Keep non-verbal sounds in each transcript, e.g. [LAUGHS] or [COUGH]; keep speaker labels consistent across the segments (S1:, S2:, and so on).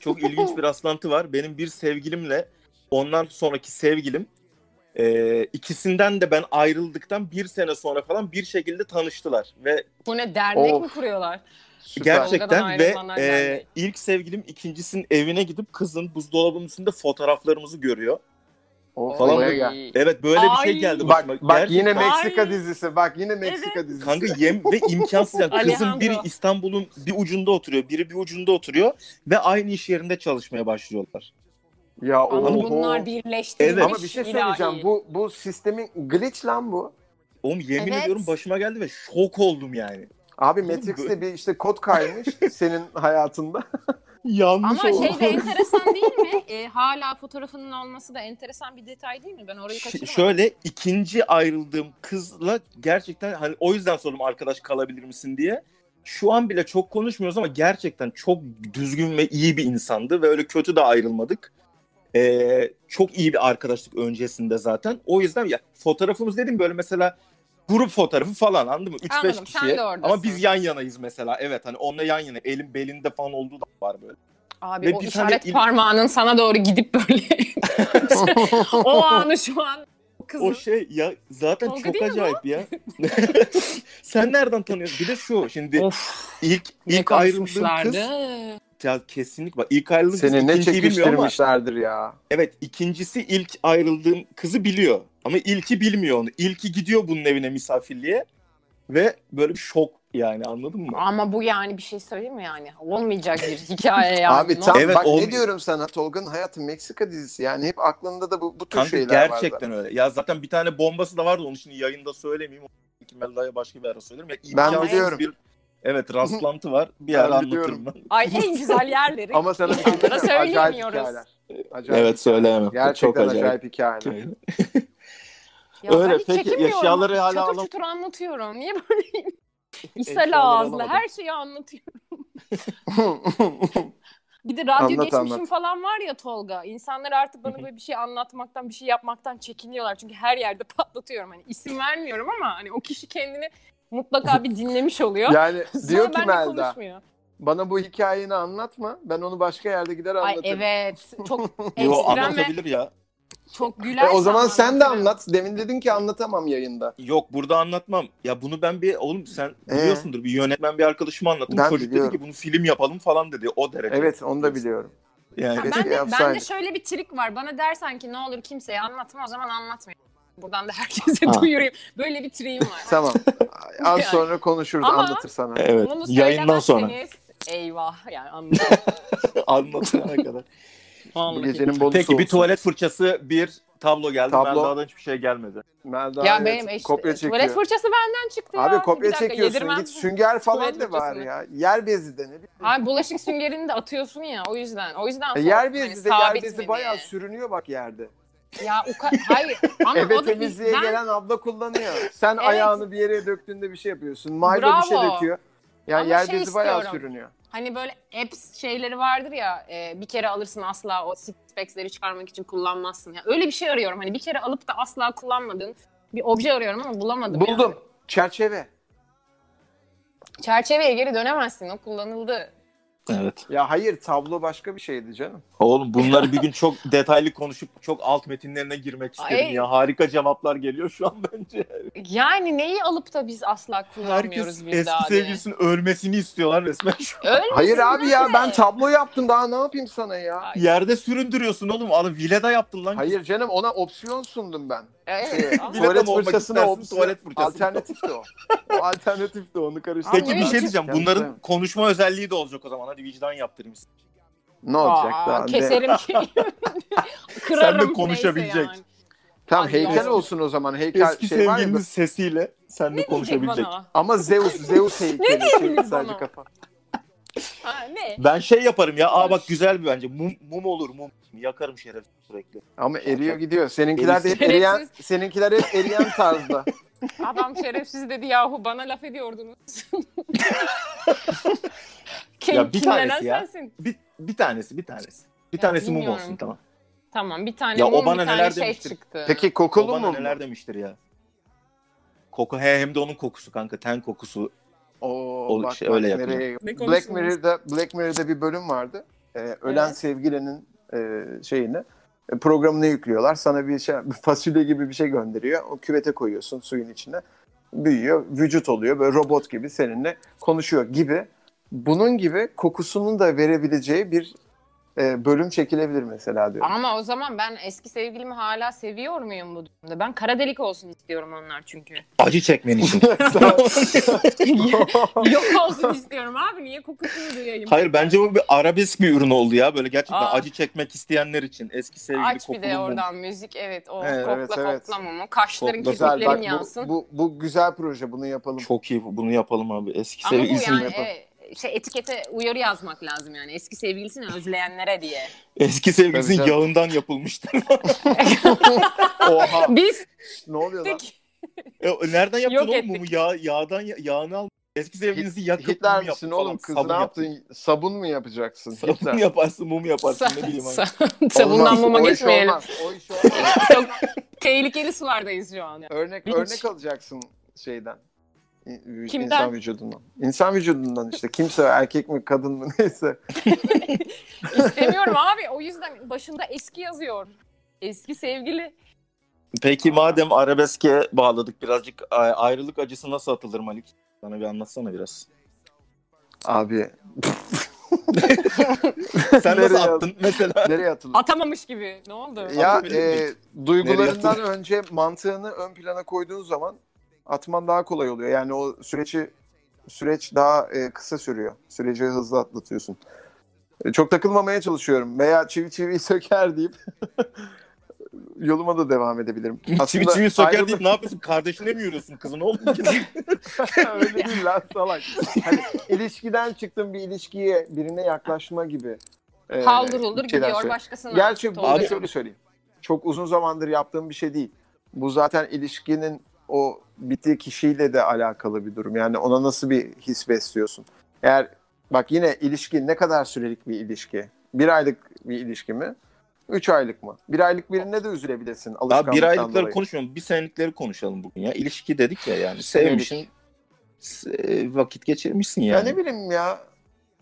S1: Çok ilginç bir rastlantı var. Benim bir sevgilimle ondan sonraki sevgilim e, ikisinden de ben ayrıldıktan bir sene sonra falan bir şekilde tanıştılar. Ve
S2: Bu ne dernek
S3: Of.
S2: mi kuruyorlar?
S3: Süper.
S2: Tolga'dan
S1: gerçekten ve
S2: ayrılanlar
S1: e,
S2: geldi.
S1: ilk sevgilim ikincisinin evine gidip kızın buzdolabının üstünde fotoğraflarımızı görüyor.
S3: Of,
S1: Falan
S3: olaya
S2: Ay.
S3: gel.
S1: Evet böyle bir
S2: Ay.
S1: şey geldi
S3: Bak,
S1: başıma.
S3: bak yine
S2: Gerçekten-
S3: Meksika
S2: Ay.
S3: dizisi. Bak yine Meksika dizisi.
S1: Kanka yem ve imkansız. Yani kızın
S2: Alejandro.
S1: biri İstanbul'un bir ucunda oturuyor, biri bir ucunda oturuyor ve aynı iş yerinde çalışmaya başlıyorlar.
S3: ya
S2: Ama
S3: oho.
S2: bunlar birleştirilmiş.
S1: Evet.
S3: Ama bir şey söyleyeceğim.
S2: ilahi.
S3: Bu bu sistemin glitch lan bu.
S1: Oğlum yemin
S2: Evet.
S1: ediyorum başıma geldi ve şok oldum yani.
S3: Abi Matrix'te bir işte kod
S1: [LAUGHS]
S3: kaymış senin hayatında.
S1: Yanlış
S2: Ama şey [LAUGHS] de enteresan değil
S3: [LAUGHS]
S2: mi? E, hala fotoğrafının olması da enteresan bir detay değil mi? Ben orayı kaçırmadım.
S1: Şöyle ikinci ayrıldığım kızla gerçekten hani o yüzden sordum arkadaş kalabilir misin diye. Şu an bile çok konuşmuyoruz ama gerçekten çok düzgün ve iyi bir insandı ve öyle kötü de ayrılmadık. Ee, çok iyi bir arkadaşlık öncesinde zaten. O yüzden ya fotoğrafımız dedim böyle mesela grup fotoğrafı falan anladın mı? 3-5
S2: Anladım, sen
S1: kişi.
S2: de oradasın.
S1: Ama biz yan yanayız mesela. Evet hani onunla yan yana. Elin belinde falan olduğu da var böyle.
S2: Abi
S1: Ve
S2: o
S1: bir tane
S2: işaret
S1: il-
S2: parmağının sana doğru gidip
S3: [LAUGHS]
S2: böyle [LAUGHS] o anı şu an kızın.
S1: O şey ya zaten
S2: Tolga
S1: çok
S2: değil mi bu?
S1: acayip
S2: [LAUGHS]
S1: ya. [LAUGHS] Sen nereden tanıyorsun? Bir de şu şimdi
S2: of
S1: İlk
S2: ne
S1: ilk ayrıldığım kız
S2: konuşmuşlardı.
S1: ya kesinlikle bak ilk ayrıldığım kız
S3: Seni ne
S1: ikinciyi bilmiyor ama
S3: çekiştirmişlerdir ya.
S1: evet ikincisi ilk ayrıldığım kızı biliyor ama ilki bilmiyor onu. İlki gidiyor bunun evine misafirliğe ve böyle bir şok yani anladın mı?
S2: Ama bu yani bir şey söyleyeyim mi yani? Olmayacak bir hikaye yani.
S3: Abi
S2: Ne
S3: tam
S1: Evet,
S3: bak
S1: olmuyor.
S3: ne diyorum sana Tolga'nın hayatı Meksika dizisi. Yani hep aklında da bu, bu tür
S1: Kanka
S3: şeyler var.
S1: gerçekten öyle. Ya zaten bir tane bombası da vardı onu şimdi yayında söylemeyeyim. Onu belki Melda'ya başka bir ara söylerim. Ya, imkansız
S3: biliyorum.
S1: Bir, evet rastlantı var. Bir
S3: Ben
S1: ara
S3: biliyorum.
S1: anlatırım ben.
S2: Ay en güzel yerleri.
S3: Ama sana bir şey
S2: İnsanlara
S3: söyleyeyim mi? acayip
S2: söyleyemiyoruz.
S3: hikayeler. Acayip.
S1: Evet söyleyemem.
S3: Gerçekten
S1: Çok acayip.
S3: acayip hikayeler.
S2: Ya ben
S1: Öyle,
S2: hiç
S1: peki,
S2: çekinmiyorum.
S1: eşyaları hala
S2: Çatır
S1: alam-
S2: çutur anlatıyorum. Niye böyle? [LAUGHS]
S1: Eşyaları
S2: İsel ağızlı
S1: alamadım.
S2: her şeyi anlatıyorum.
S3: Hı.
S2: Bir de radyo
S3: Anlat,
S2: geçmişim
S3: anlat.
S2: falan var ya Tolga. İnsanlar artık bana böyle bir şey anlatmaktan, bir şey yapmaktan çekiniyorlar. Çünkü her yerde [LAUGHS] patlatıyorum. Hani isim vermiyorum ama hani o kişi kendini mutlaka bir dinlemiş oluyor.
S3: [LAUGHS] yani
S2: Sonra
S3: diyor ki
S2: benimle
S3: Melda
S2: konuşmuyor.
S3: bana bu hikayeni anlatma. Ben onu başka yerde gider
S2: Ay
S3: anlatırım.
S2: evet. Çok
S1: Yo
S2: ekstrem ve
S1: anlatabilir ya.
S2: çok güler.
S3: E, o zaman
S2: sanatlar
S3: sen de
S2: mesela.
S3: anlat. Demin dedin ki anlatamam yayında.
S1: Yok burada anlatmam. Ya bunu ben bir oğlum sen
S3: Ee?
S1: biliyorsundur bir yönetmen bir arkadaşıma anlattım.
S3: Ben
S1: Çocuk
S3: biliyorum.
S1: dedi ki bunu film yapalım falan dedi. O derece.
S3: Evet onu da biliyorum.
S1: Yani
S2: Ha,
S3: Keşke
S2: ben de, ben de
S3: yapsaydık.
S2: şöyle bir trik var. Bana dersen ki ne olur kimseye anlatma o zaman anlatmayayım. Buradan da herkese
S1: Ha.
S2: duyurayım. Böyle bir triğim var. [LAUGHS]
S3: Tamam. Az
S2: Yani.
S3: sonra konuşuruz
S2: Ama-
S3: anlatır sana.
S1: evet.
S2: Bunu
S1: Yayından sonra
S2: söylemezseniz, Eyvah yani anladım.
S1: anlatana
S3: [LAUGHS]
S1: kadar.
S3: Bu gecenin bonusu
S1: Peki bir
S3: olsun.
S1: tuvalet fırçası bir tablo geldi.
S3: Tablo.
S1: Melda'dan hiçbir şey gelmedi.
S3: Melda
S2: ya
S3: evet,
S2: benim eş,
S3: kopya çekiyor.
S2: tuvalet fırçası benden çıktı ya.
S3: Abi kopya
S2: Bir dakika,
S3: çekiyorsun.
S2: yedirmem.
S3: Git sünger falan
S2: Tuvalet
S3: da var
S2: fırçasını.
S3: ya. Yer bezi de ne bileyim.
S2: Abi bulaşık süngerini de atıyorsun ya o yüzden. O yüzden
S3: E,
S2: sordum,
S3: yer
S2: hani
S3: bezi de
S2: sabit
S3: yer
S2: mi
S3: bezi
S2: diye.
S3: bayağı sürünüyor bak yerde.
S2: Ya o ka- hayır ama
S3: [LAUGHS] Eve
S2: o da ilk,
S3: temizliğe
S2: ben
S3: gelen abla kullanıyor. Sen
S2: Evet.
S3: ayağını bir yere döktüğünde bir şey yapıyorsun. Mayda bir
S2: Bravo.
S3: şey döküyor. Yani
S2: Ama
S3: yer
S2: şey
S3: bezi bayağı
S2: istiyorum.
S3: sürünüyor.
S2: Hani böyle apps şeyleri vardır ya e, bir kere alırsın asla o six packs'leri çıkarmak için kullanmazsın. ya öyle bir şey arıyorum. Hani bir kere alıp da asla kullanmadığın bir obje arıyorum ama bulamadım.
S3: Buldum.
S2: yani.
S3: Çerçeve.
S2: Çerçeveye geri dönemezsin. O kullanıldı.
S1: Evet.
S3: Ya hayır tablo başka bir şeydi canım.
S1: Oğlum bunları bir gün çok detaylı konuşup çok alt metinlerine girmek isterim
S2: Ay.
S1: ya. Harika cevaplar geliyor şu an bence.
S2: Yani neyi alıp da biz asla kullanmıyoruz
S1: Herkes
S2: bir daha
S1: eski
S2: diye.
S1: sevgilisinin ölmesini istiyorlar resmen. Şu
S2: Öyle
S3: Hayır
S2: misin
S3: abi
S2: lan
S3: ya
S2: sen?
S3: ben tablo yaptım daha ne yapayım sana ya.
S2: Ay,
S1: yerde süründürüyorsun oğlum. Adam vileda yaptın lan.
S3: Hayır canım ona opsiyon sundum ben.
S2: evet.
S3: Şey,
S1: [LAUGHS]
S2: Ama-
S1: Bilet
S3: tuvalet
S1: ama olmak
S3: fırçasına
S1: istersin,
S3: opsiyon.
S1: tuvalet fırçası.
S3: Alternatif de o. O alternatif de onu karıştırdım.
S1: Peki bir şey diyeceğim. Bunların konuşma özelliği de olacak o zaman. Hadi vicdan yaptırayım. size.
S3: ne olacak
S2: Aa,
S3: daha? Ne?
S2: Keserim ki.
S1: [LAUGHS]
S2: Kırarım. neyse
S1: konuşabilecek.
S2: yani.
S3: Tamam
S2: Hadi
S3: heykel
S2: yavrum.
S3: olsun o zaman. Heykel
S1: Eski
S3: şey var ya.
S1: sevgilinin sesiyle seninle
S2: Ne diyecek
S1: konuşabilecek.
S2: bana?
S3: Ama Zeus, Zeus heykeli.
S2: Ne diyebilir
S3: şey, sadece
S2: bana?
S3: kafa.
S2: Ha, ne?
S1: Ben şey yaparım ya. Aa bak güzel bir bence. Mum, mum olur mum. Yakarım şeref sürekli.
S3: Ama eriyor gidiyor. Seninkiler de hep eriyen, seninkiler hep eriyen tarzda.
S2: Adam şerefsiz dedi yahu bana laf ediyordunuz.
S1: [LAUGHS]
S2: Kim,
S1: Ya bir
S2: kimlenen
S1: tanesi ya.
S2: sensin.
S1: Bir, bir tanesi bir tanesi. Bir
S2: Ya
S1: tanesi mum
S2: bilmiyorum.
S1: olsun tamam.
S2: Tamam bir tane
S1: Ya o
S2: mum
S1: bana
S2: bir tane
S1: neler
S2: şey
S1: demiştir.
S2: çıktı.
S3: Peki
S1: Kolu
S3: kokulu
S1: bana
S3: mu?
S1: neler demiştir ya. Koku he hem de onun kokusu kanka ten kokusu.
S3: Oo,
S1: Ol-
S3: bak,
S1: şey,
S3: bak
S1: öyle
S3: nereye-
S2: Ne
S3: Black
S2: konuşuyoruz?
S3: Mirror'da Black Mirror'da bir bölüm vardı. e, ölen
S2: Evet.
S3: sevgilinin e, şeyini e, programına yüklüyorlar. Sana bir şey bir fasulye gibi bir şey gönderiyor. O küvete koyuyorsun suyun içine. Büyüyor, vücut oluyor. Böyle robot gibi seninle konuşuyor gibi. Bunun gibi kokusunun da verebileceği bir e, bölüm çekilebilir mesela [LAUGHS] diyor.
S2: Ama o zaman ben eski sevgilimi hala seviyor muyum bu durumda? Ben kara delik olsun istiyorum onlar
S3: [LAUGHS]
S2: çünkü.
S1: Acı çekmen için.
S2: [LAUGHS] Yok olsun istiyorum abi niye kokusunu duyayım?
S1: Hayır bence bu bir arabesk bir ürün oldu ya. Böyle gerçekten
S2: Aa.
S1: acı çekmek isteyenler için. Eski sevgili
S2: Aç bir
S1: kokulu
S2: de
S1: mum.
S2: oradan müzik evet o
S1: Evet,
S2: kokla
S3: evet,
S2: kokla
S3: evet.
S2: mumu. Kaşların
S1: Kokla, kokla.
S3: güzel bak
S2: kirpiklerin
S3: bu,
S2: yansın.
S3: bu, bu güzel proje bunu yapalım.
S1: Çok iyi bu- bunu yapalım abi. Eski
S2: Ama bu
S1: sevgilisi
S2: yani e, şey etikete uyarı yazmak lazım yani eski sevgilisini özleyenlere diye.
S1: eski sevgilisinin
S3: Tabii canım.
S1: yağından
S2: [LAUGHS]
S1: yapılmıştır.
S3: Oha
S2: Biz
S3: ne oluyor lan?
S2: dik-
S1: E, nereden yaptın
S2: Yok
S1: oğlum
S2: ettik.
S1: mumu? Yağ, yağdan ya- yağını al. Eski sevgilinizi yakıp
S3: Hitler
S1: mum
S3: misin
S1: yaptın falan.
S3: oğlum kız
S1: Sabun
S3: ne
S1: yap.
S3: yaptın? Sabun mu yapacaksın? Hitler.
S1: Sabun [LAUGHS] yaparsın, mum yaparsın ne bileyim. hani.
S2: [LAUGHS] Sabundan
S3: Olmaz,
S2: muma
S3: o iş
S2: gitmeyelim.
S3: olmaz, O iş olmaz.
S2: Çok tehlikeli sulardayız şu an.
S3: örnek
S2: Hiç.
S3: örnek alacaksın şeyden. İ-
S2: Kimden?
S3: İnsan vücudundan. İnsan vücudundan işte. Kimse erkek mi kadın mı [LAUGHS] neyse.
S2: İstemiyorum abi o yüzden başında eski yazıyor. Eski sevgili.
S1: Peki madem arabeske bağladık birazcık a- ayrılık acısı nasıl atılır Malik? Bana bir anlatsana biraz.
S3: Abi
S1: Sen
S3: Nereye
S1: nasıl
S3: yazdın?
S1: attın mesela?
S3: nereye atılır?
S2: Atamamış gibi. Ne oldu?
S3: ya
S1: atabilir
S3: e,
S1: miyim?
S3: duygularından
S1: Nereye
S3: önce mantığını ön plana koyduğun zaman atman daha kolay oluyor. Yani o süreci süreç daha e, kısa sürüyor. Süreci hızlı atlatıyorsun. E, çok takılmamaya çalışıyorum veya çivi çivi [LAUGHS] söker deyip yoluma da devam edebilirim.
S1: Çivi çivi söker [LAUGHS] deyip ne yapıyorsun? Kardeşine mi yürüyorsun kızın oğlum?
S3: [LAUGHS] Öyle değil lan salak. Hani ilişkiden çıktım bir ilişkiye birine yaklaşma gibi. e,
S2: Kaldırılır
S3: şeyler
S2: gidiyor
S3: söylüyor.
S2: başkasına.
S3: Gerçi
S2: Doğru.
S3: bunu şöyle söyleyeyim. Çok uzun zamandır yaptığım bir şey değil. Bu zaten ilişkinin o bittiği kişiyle de alakalı bir durum. Yani ona nasıl bir his besliyorsun? Eğer bak yine ilişki ne kadar sürelik bir ilişki? Bir aylık bir ilişki mi? Üç aylık mı? Bir aylık birine de üzülebilirsin
S1: Abi
S3: alışkanlıktan
S1: bir aylıkları
S3: dolayı.
S1: konuşmuyorum. Bir senelikleri konuşalım bugün ya. İlişki dedik ya yani. Sevmişsin. se- vakit geçirmişsin
S3: Ya
S1: yani.
S3: ne bileyim ya.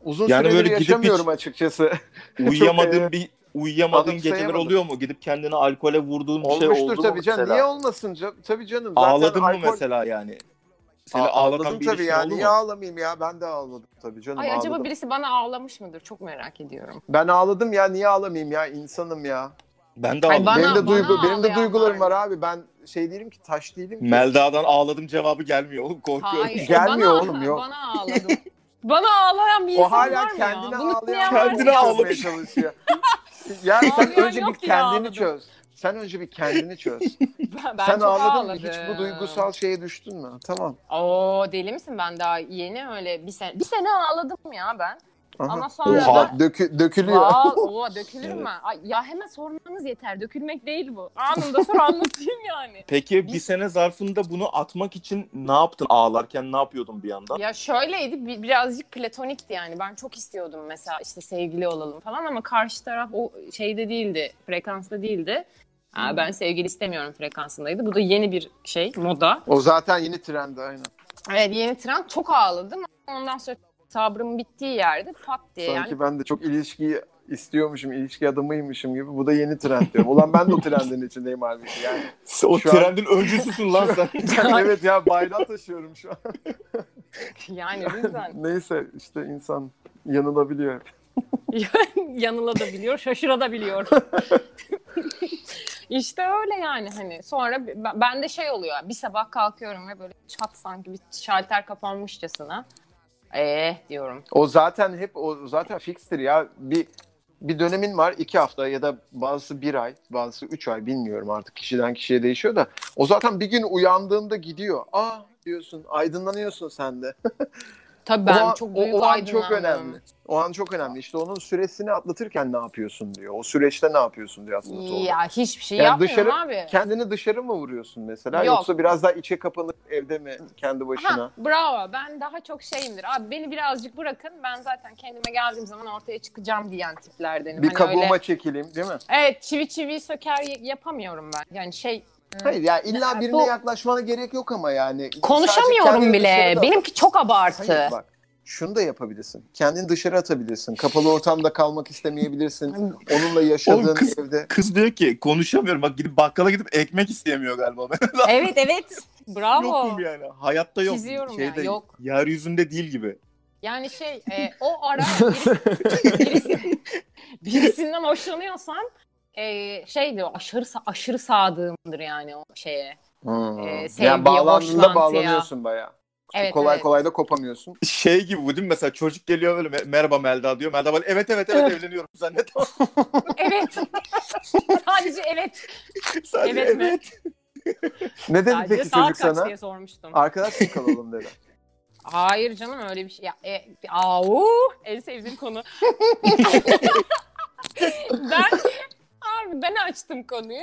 S3: Uzun
S1: Yani
S3: süredir
S1: böyle gidip hiç- Şey
S3: yaşamıyorum açıkçası.
S1: uyuyamadığın bir uyuyamadığın
S3: Adam
S1: geceler
S3: e, sayamadım.
S1: oluyor mu? Gidip kendini alkole vurduğun bir şey oldu
S3: Olmuştur
S1: mu
S3: tabii canım.
S1: mesela?
S3: Niye olmasın canım? Tabii canım. Zaten
S1: Ağladın mı
S3: alkol-
S1: mesela yani? Seni
S3: Aa,
S1: ağlatan
S3: ağladım
S1: bir
S3: tabii
S1: ilişkin
S3: yani.
S1: oldu
S3: Niye
S1: mu?
S3: ağlamayayım ya? Ben de ağladım tabii canım.
S2: Ay
S3: ağladım.
S2: acaba birisi bana ağlamış mıdır? Çok merak ediyorum.
S3: Ben ağladım ya. Niye ağlamayayım ya? İnsanım ya.
S1: Ben de
S2: Ay,
S1: ağladım.
S2: Bana-
S3: benim de duygu,
S2: bana
S3: benim de
S2: ağlayan
S3: duygularım
S2: var.
S3: var abi. Ben şey değilim ki taş değilim ki.
S1: Melda'dan ağladım cevabı gelmiyor oğlum korkuyorum.
S2: Hayır.
S3: Gelmiyor
S2: bana,
S3: oğlum, yok.
S2: Bana ağladı. [LAUGHS] bana ağlayan bir
S3: o
S2: insan var
S3: hala
S2: mı
S3: kendini
S2: ya? Bunu
S3: ağlayan [LAUGHS]
S2: dinleyen var mı?
S1: Kendini
S3: kendini
S1: ağlamış.
S3: ağlamaya çalışıyor. [LAUGHS] ya sen
S2: Ağlayan
S3: önce
S2: yok
S3: bir
S2: diye ağladım.
S3: kendini çöz. Sen önce bir
S2: [LAUGHS]
S3: kendini çöz.
S2: Ben, ben
S3: sen
S2: çok
S3: ağladın mı?
S2: ağladım.
S3: Hiç bu duygusal şeye düştün mü? Tamam.
S2: Oo deli misin ben daha yeni öyle bir sene. Bir sene ağladım ya ben.
S3: Aha.
S2: Ama sonra
S1: Oha.
S2: da
S3: Bak, dökü, dökülüyor. [LAUGHS]
S2: Aa, oo, dökülür
S1: Evet.
S2: mü? Ay, ya hemen sormanız yeter. Dökülmek değil bu. Anında sor [LAUGHS] anlatayım yani.
S1: Peki bir
S2: Biz-
S1: sene zarfında bunu atmak için ne yaptın? Ağlarken ne yapıyordun bir yandan?
S2: Ya şöyleydi bi- birazcık platonikti yani. Ben çok istiyordum mesela işte sevgili olalım falan ama karşı taraf o şeyde değildi. Frekansta değildi. Aa, ben sevgili istemiyorum frekansındaydı. Bu da yeni bir şey, moda.
S3: O zaten yeni trendi aynen.
S2: Evet yeni trend. Çok ağladım. Ondan sonra sabrım bittiği yerde pat diye
S3: Sanki
S2: yani.
S3: ben de çok ilişkiyi istiyormuşum, ilişki adamıymışım gibi. Bu da yeni trend diyorum. Ulan ben de o trendin içindeyim halbuki yani. [LAUGHS]
S1: O
S3: Şu an-
S1: trendin öncüsüsün lan sen.
S3: Yani evet ya bayrağı taşıyorum şu an. [LAUGHS]
S2: Yani lütfen.
S3: Neyse işte insan yanılabiliyor. hep.
S2: yanılabiliyor,
S3: [LAUGHS]
S2: şaşırabiliyor. işte öyle yani hani sonra b- ben- bende şey oluyor bir sabah kalkıyorum ve böyle çat sanki bir şalter kapanmışçasına eh diyorum.
S3: O zaten hep o zaten fikstir ya. Bir bir dönemin var iki hafta ya da bazısı bir ay, bazısı üç ay bilmiyorum artık kişiden kişiye değişiyor da. O zaten bir gün uyandığında gidiyor. Aa diyorsun aydınlanıyorsun sen de.
S2: Tabii ben
S3: o an,
S2: çok
S3: o-
S2: büyük
S3: o an çok
S2: aydınlandım.
S3: önemli. O an çok önemli. İşte onun süresini atlatırken ne yapıyorsun diyor. O süreçte ne yapıyorsun diyor aslında. Tolga.
S2: Ya hiçbir şey
S3: Yani
S2: yapmıyorum
S3: dışarı-
S2: abi.
S3: Kendini dışarı mı vuruyorsun mesela
S2: Yok. Hani
S3: yoksa biraz daha içe kapanıp evde mi kendi başına?
S2: Ha, bravo ben daha çok şeyimdir abi beni birazcık bırakın ben zaten kendime geldiğim zaman ortaya çıkacağım diyen tiplerdenim.
S3: Bir
S2: Hani öyle-
S3: kabuğuma çekileyim değil mi?
S2: Evet çivi çivi söker y- yapamıyorum ben yani şey
S3: Hayır ya illa
S2: Ya,
S3: birine
S2: bu-
S3: yaklaşmana gerek yok ama yani. Sadece
S2: Konuşamıyorum
S3: kendini
S2: bile.
S3: dışarıda-
S2: Benimki çok abartı.
S3: Hayır bak. şunu da yapabilirsin. Kendini dışarı atabilirsin. Kapalı ortamda kalmak istemeyebilirsin. Onunla yaşadığın
S1: Oğlum kız-
S3: evde.
S1: Kız diyor ki konuşamıyorum bak gidip bakkala gidip ekmek isteyemiyor galiba. [LAUGHS]
S2: evet evet. Bravo.
S1: Yokum yani. Hayatta yok.
S2: Çiziyorum yani, yok.
S1: Yeryüzünde değil gibi.
S2: Yani şey e, o ara birisi- birisi- birisinden hoşlanıyorsan e, şey diyor aşırı sa- aşırı sadığımdır yani o şeye.
S3: Hmm.
S2: Ee,
S3: yani
S2: sevgiye,
S3: bağlandığında
S2: hoşlantıya.
S3: bağlanıyorsun bayağı.
S2: Evet,
S3: kolay
S2: evet.
S3: kolay da kopamıyorsun.
S1: Şey gibi bu değil mi? Mesela çocuk geliyor böyle "Me- merhaba Melda diyor. Melda bana evet evet evet evleniyorum zannet.
S2: Evet. Sadece evet.
S1: [LAUGHS] Sadece
S2: Evet mi?
S1: evet.
S3: Ne dedi
S2: Sadece
S3: peki
S2: saat
S3: çocuk
S2: kaç
S3: sana?
S2: diye sormuştum.
S3: Arkadaş mı
S2: [LAUGHS]
S3: kalalım dedi.
S2: Hayır canım öyle bir şey. Ya, e, au, en sevdiğim konu. ben abi ben açtım konuyu.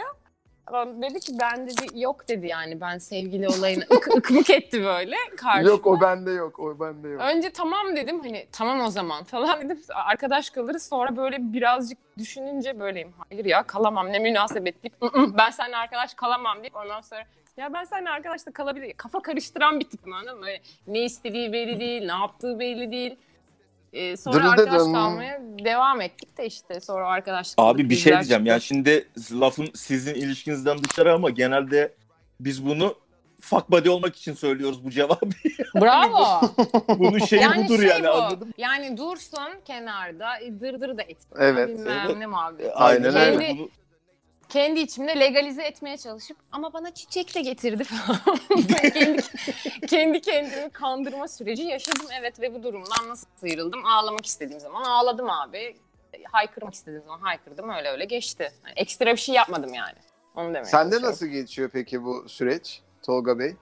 S2: Adam dedi ki ben dedi yok dedi yani ben sevgili olayına ık, ıkmık etti böyle karşı.
S3: yok o bende yok. O bende yok.
S2: Önce tamam dedim hani tamam o zaman [LAUGHS] falan dedim arkadaş kalırız sonra böyle birazcık düşününce böyleyim. Hayır ya kalamam ne münasebet deyip "Hı hı, ben seninle arkadaş kalamam deyip ondan sonra ya ben seninle arkadaş da kalabilirim. Kafa karıştıran bir tipim anladın mı? Böyle ne istediği belli değil ne yaptığı belli değil. Ee, sonra
S3: Dırı
S2: arkadaş
S3: dıdım.
S2: kalmaya devam ettik de işte sonra arkadaşlık.
S1: Abi bir şey
S2: krizler
S1: diyeceğim
S2: çıktı.
S1: ya şimdi lafın sizin ilişkinizden dışarı ama genelde biz bunu fuck buddy olmak için söylüyoruz bu cevabı. [LAUGHS]
S2: Bravo.
S1: Bunun şeyi budur
S2: şey
S1: yani
S2: bu.
S1: anladın mı?
S2: Yani dursun kenarda e, dırdır da etme.
S3: Evet.
S2: Bilmem
S1: Evet.
S2: ne muhabbet.
S3: Aynen
S1: Aynen
S2: öyle.
S1: Bunu-
S2: kendi içimde legalize etmeye çalışıp ama bana çiçek de getirdi [LAUGHS] falan. kendi, kendi kendimi kandırma süreci yaşadım evet ve bu durumdan nasıl sıyrıldım? Ağlamak istediğim zaman ağladım abi. Haykırmak istediğim zaman haykırdım öyle öyle geçti. Yani ekstra bir şey yapmadım yani. Onu demeye
S3: Sende
S2: çalışıyorum.
S3: nasıl geçiyor peki bu süreç Tolga Bey?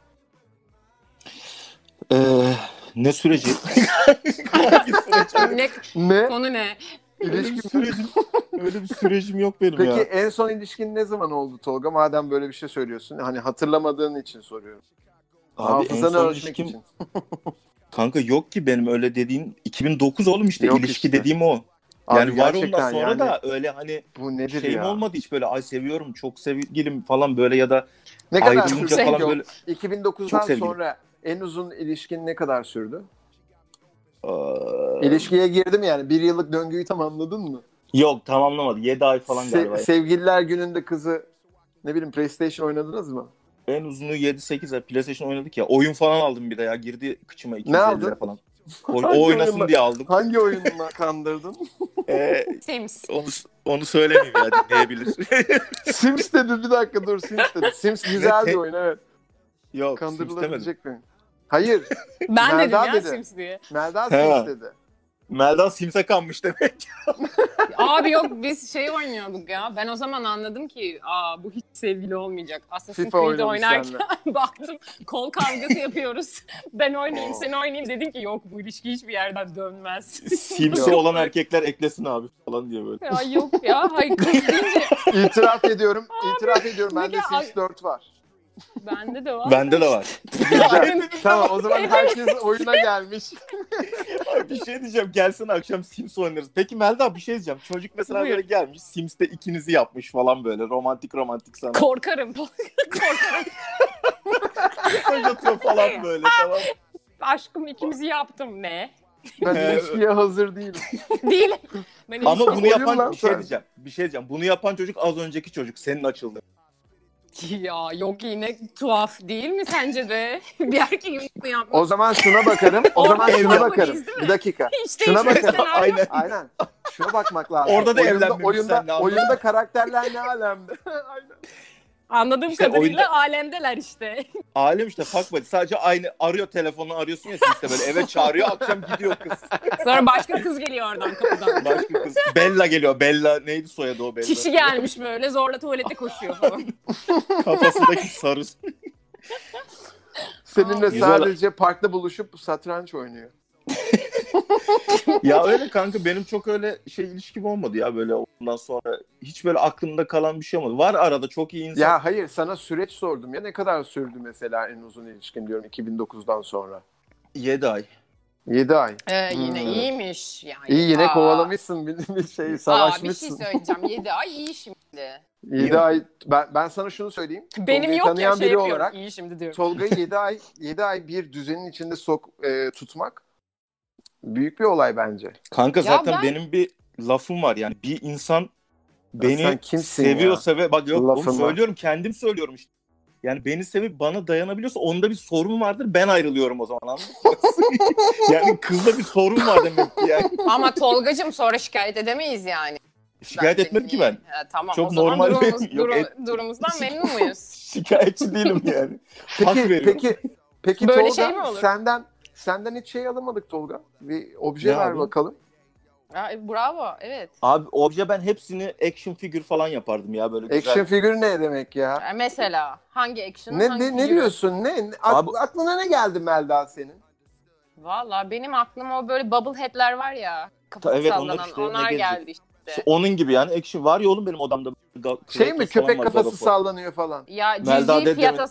S1: Ee, ne
S2: [LAUGHS]
S1: süreci? Hangi süreç?
S2: Ne,
S3: Ne?
S2: konu ne?
S1: Öyle bir
S3: İlişkin
S1: sürecim, öyle bir sürecim yok benim
S3: Peki
S1: ya.
S3: en son ilişkin ne zaman oldu Tolga? Madem böyle bir şey söylüyorsun. Hani hatırlamadığın için soruyorum.
S1: Abi en
S3: Hafızanı
S1: son
S3: ölçmek
S1: ilişkim
S3: için.
S1: kanka yok ki benim öyle dediğin 2009 oğlum işte
S3: Yok
S1: ilişki
S3: işte.
S1: dediğim o.
S3: Abi
S1: yani var
S3: gerçekten
S1: ondan sonra
S3: yani
S1: da öyle hani
S3: Bu nedir
S1: şeyim
S3: ya?
S1: olmadı hiç böyle ay seviyorum çok sevgilim falan böyle ya da
S3: Ne kadar
S1: ayrılınca
S3: sürdü?
S2: sevgi
S1: falan
S3: Yok.
S1: böyle
S3: 2009'dan
S1: sevgili.
S3: sonra en uzun ilişkin ne kadar sürdü?
S1: Ee,
S3: İlişkiye girdim yani. Bir yıllık döngüyü tamamladın mı?
S1: yok tamamlamadı 7 ay falan
S3: Se-
S1: galiba.
S3: sevgililer gününde kızı ne bileyim PlayStation oynadınız mı?
S1: en uzunu 7-8 ay PlayStation oynadık ya oyun falan aldım bir de ya girdi kıçıma 250
S3: aldın?
S1: lira
S3: [LAUGHS]
S1: falan. O,
S3: Hangi
S1: o oynasın
S3: oyunla-
S1: diye
S3: [LAUGHS]
S1: aldım.
S3: Hangi oyunla kandırdın? [LAUGHS]
S1: Ee,
S2: Sims.
S1: onu, onu söylemeyeyim ya dinleyebilir.
S3: Sims dedi bir dakika dur Sims [LAUGHS] dedi. Sims güzel
S1: Ne,
S3: bir
S1: te-
S3: oyun evet.
S1: yok istemedim.
S3: Kandırılabilecek mi? Hayır.
S2: Ben dedim
S3: Nereden
S2: ya
S3: dedi?
S2: Sims diye.
S3: Melda
S1: He.
S3: Sims dedi.
S1: Melda Sims'e kanmış [LAUGHS] demek.
S2: Abi yok biz şey oynuyorduk ya. Ben o zaman anladım ki aa bu hiç sevgili olmayacak. Assassin's
S3: FIFA
S2: Creed
S3: oynamış
S2: oynarken [LAUGHS]
S3: seninle.
S2: baktım kol kavgası yapıyoruz. Ben oynayayım
S3: Oo.
S2: sen oynayayım. Dedim ki yok bu ilişki hiçbir yerden dönmez. [LAUGHS]
S1: Sims'i
S3: Yok.
S1: olan erkekler eklesin abi falan diye böyle.
S2: ya yok ya. Hayır kız deyince [LAUGHS]
S3: İtiraf ediyorum. itiraf ediyorum.
S2: bir
S3: Bende
S2: de-
S3: Sims 4 var.
S2: bende de var. [LAUGHS]
S1: Bende de var.
S3: Güzel. tamam o zaman herkes oyuna gelmiş.
S1: Ay, bir şey diyeceğim gelsin akşam Sims oynarız. Peki Melda bir şey diyeceğim. Çocuk mesela
S2: Buyur.
S1: böyle gelmiş Sims'te ikinizi yapmış falan böyle romantik romantik sana.
S2: Korkarım. [LAUGHS] Korkarım.
S1: Mesaj atıyor falan böyle [LAUGHS] tamam.
S2: Aşkım ikimizi yaptım. Ne? [LAUGHS]
S3: Ben
S1: He.
S3: ilişkiye hazır değilim.
S2: Değil. Ben
S1: Ama
S2: ilişki-
S1: bunu
S3: Oyun lan
S1: yapan bir şey
S3: sen.
S1: diyeceğim. Bir şey diyeceğim. Bunu yapan çocuk az önceki çocuk. Senin açıldı.
S2: Ya yok yine tuhaf değil mi sence de? [LAUGHS] bir erkek bunu yapmış.
S3: O zaman şuna bakarım. O zaman
S1: Orada
S3: şuna
S1: evlenmek
S3: bakarım.
S2: istedim.
S3: Bir dakika.
S2: Hiç
S3: Şuna
S2: değişmedi
S3: bakalım.
S2: senaryo.
S1: Aynen.
S3: Aynen. Şuna bakmak lazım.
S1: Orada da
S3: oyunda,
S1: evlenmemiş
S3: oyunda,
S1: sen, ne anladın?
S3: oyunda karakterler ne alemde?
S2: Anladığım
S1: İşte
S2: kadarıyla
S1: oyunda-
S2: alemdeler işte. [LAUGHS]
S1: Alem işte fuckbody. Sadece aynı arıyor telefonla arıyorsun ya Sims'te böyle eve çağırıyor akşam gidiyor kız.
S2: Sonra başka kız geliyor oradan kapıdan.
S1: Başka kız. Bella geliyor. Bella neydi soyadı o Bella?
S2: Kişi gelmiş böyle zorla tuvalete koşuyor falan.
S1: Kafasındaki sarı
S3: Seninle
S1: Güzel.
S3: sadece parkta buluşup satranç oynuyor.
S1: ya öyle kanka benim çok öyle şey ilişkim olmadı ya böyle ondan sonra hiç böyle aklımda kalan bir şey olmadı. Var arada çok iyi insan.
S3: Ya hayır sana süreç sordum ya ne kadar sürdü mesela en uzun ilişkin diyorum 2009'dan sonra.
S1: 7 ay.
S3: 7 ay.
S2: [LAUGHS] Ee, yine
S3: Hmm.
S2: iyiymiş yani.
S3: İyi yine
S2: Aa.
S3: kovalamışsın bir, bir şey
S2: Aa, bir şey
S3: savaşmışsın.
S2: söyleyeceğim. 7 ay iyi şimdi.
S3: 7 ay ben, ben sana şunu söyleyeyim.
S2: Benim
S3: Tolga'yı
S2: yok ya
S3: tanıyan
S2: şey
S3: biri
S2: yapıyorum.
S3: olarak
S2: İyi şimdi diyorum.
S3: Tolga'yı 7 ay 7 ay bir düzenin içinde sok e, tutmak Büyük bir olay bence.
S1: Kanka
S2: Ya
S1: zaten
S2: ben-
S1: benim bir lafım var yani bir insan
S3: sen
S1: beni
S3: kimsin
S1: seviyorsa ve bak yok oğlum
S3: Lafın var.
S1: söylüyorum kendim söylüyorum işte. Yani beni sevip bana dayanabiliyorsa onda bir sorun vardır ben ayrılıyorum o zaman anladın mı? [LAUGHS] yani kızda bir sorun var demek ki yani.
S2: Ama Tolgacığım sonra şikayet edemeyiz yani.
S1: Şikayet etmedim ki ben.
S2: Ha, tamam
S1: Çok
S2: o zaman
S1: normal- [LAUGHS]
S2: durumumuz,
S1: Yok,
S2: duru-
S1: et-
S2: durumumuzdan memnun muyuz?
S1: Şikayetçi değilim yani. Hak
S3: Peki
S1: veriyorum.
S3: peki peki
S2: Böyle
S3: Tolga
S2: şey mi olur?
S3: senden senden hiç şey alamadık Tolga. Bir obje
S1: Ne
S3: ver
S1: abi?
S3: bakalım.
S2: Ay, e, bravo evet.
S1: Abi obje ben hepsini action figür falan yapardım ya böyle güzel.
S3: Action figürü ne demek ya?
S2: Ya Mesela hangi action'ın
S3: Ne,
S2: hangi
S3: ne, ne diyorsun? Ne? ne-
S1: Abi-
S3: akl- aklına ne geldi Melda senin? Şey
S2: Valla benim aklıma o böyle bubble head'ler var ya. Kafası
S1: Ta- evet, onlar
S2: sallanan onlar,
S1: işte, ne gelecek?
S2: geldi işte.
S1: Onun gibi yani action var ya oğlum benim odamda. Ga-
S3: Şey mi
S1: Kratos
S3: köpek
S1: falan var,
S3: kafası
S1: Galapagos.
S3: sallanıyor falan.
S2: Ya
S1: Melda
S2: cüzi
S1: Dedemin-
S2: fiyata,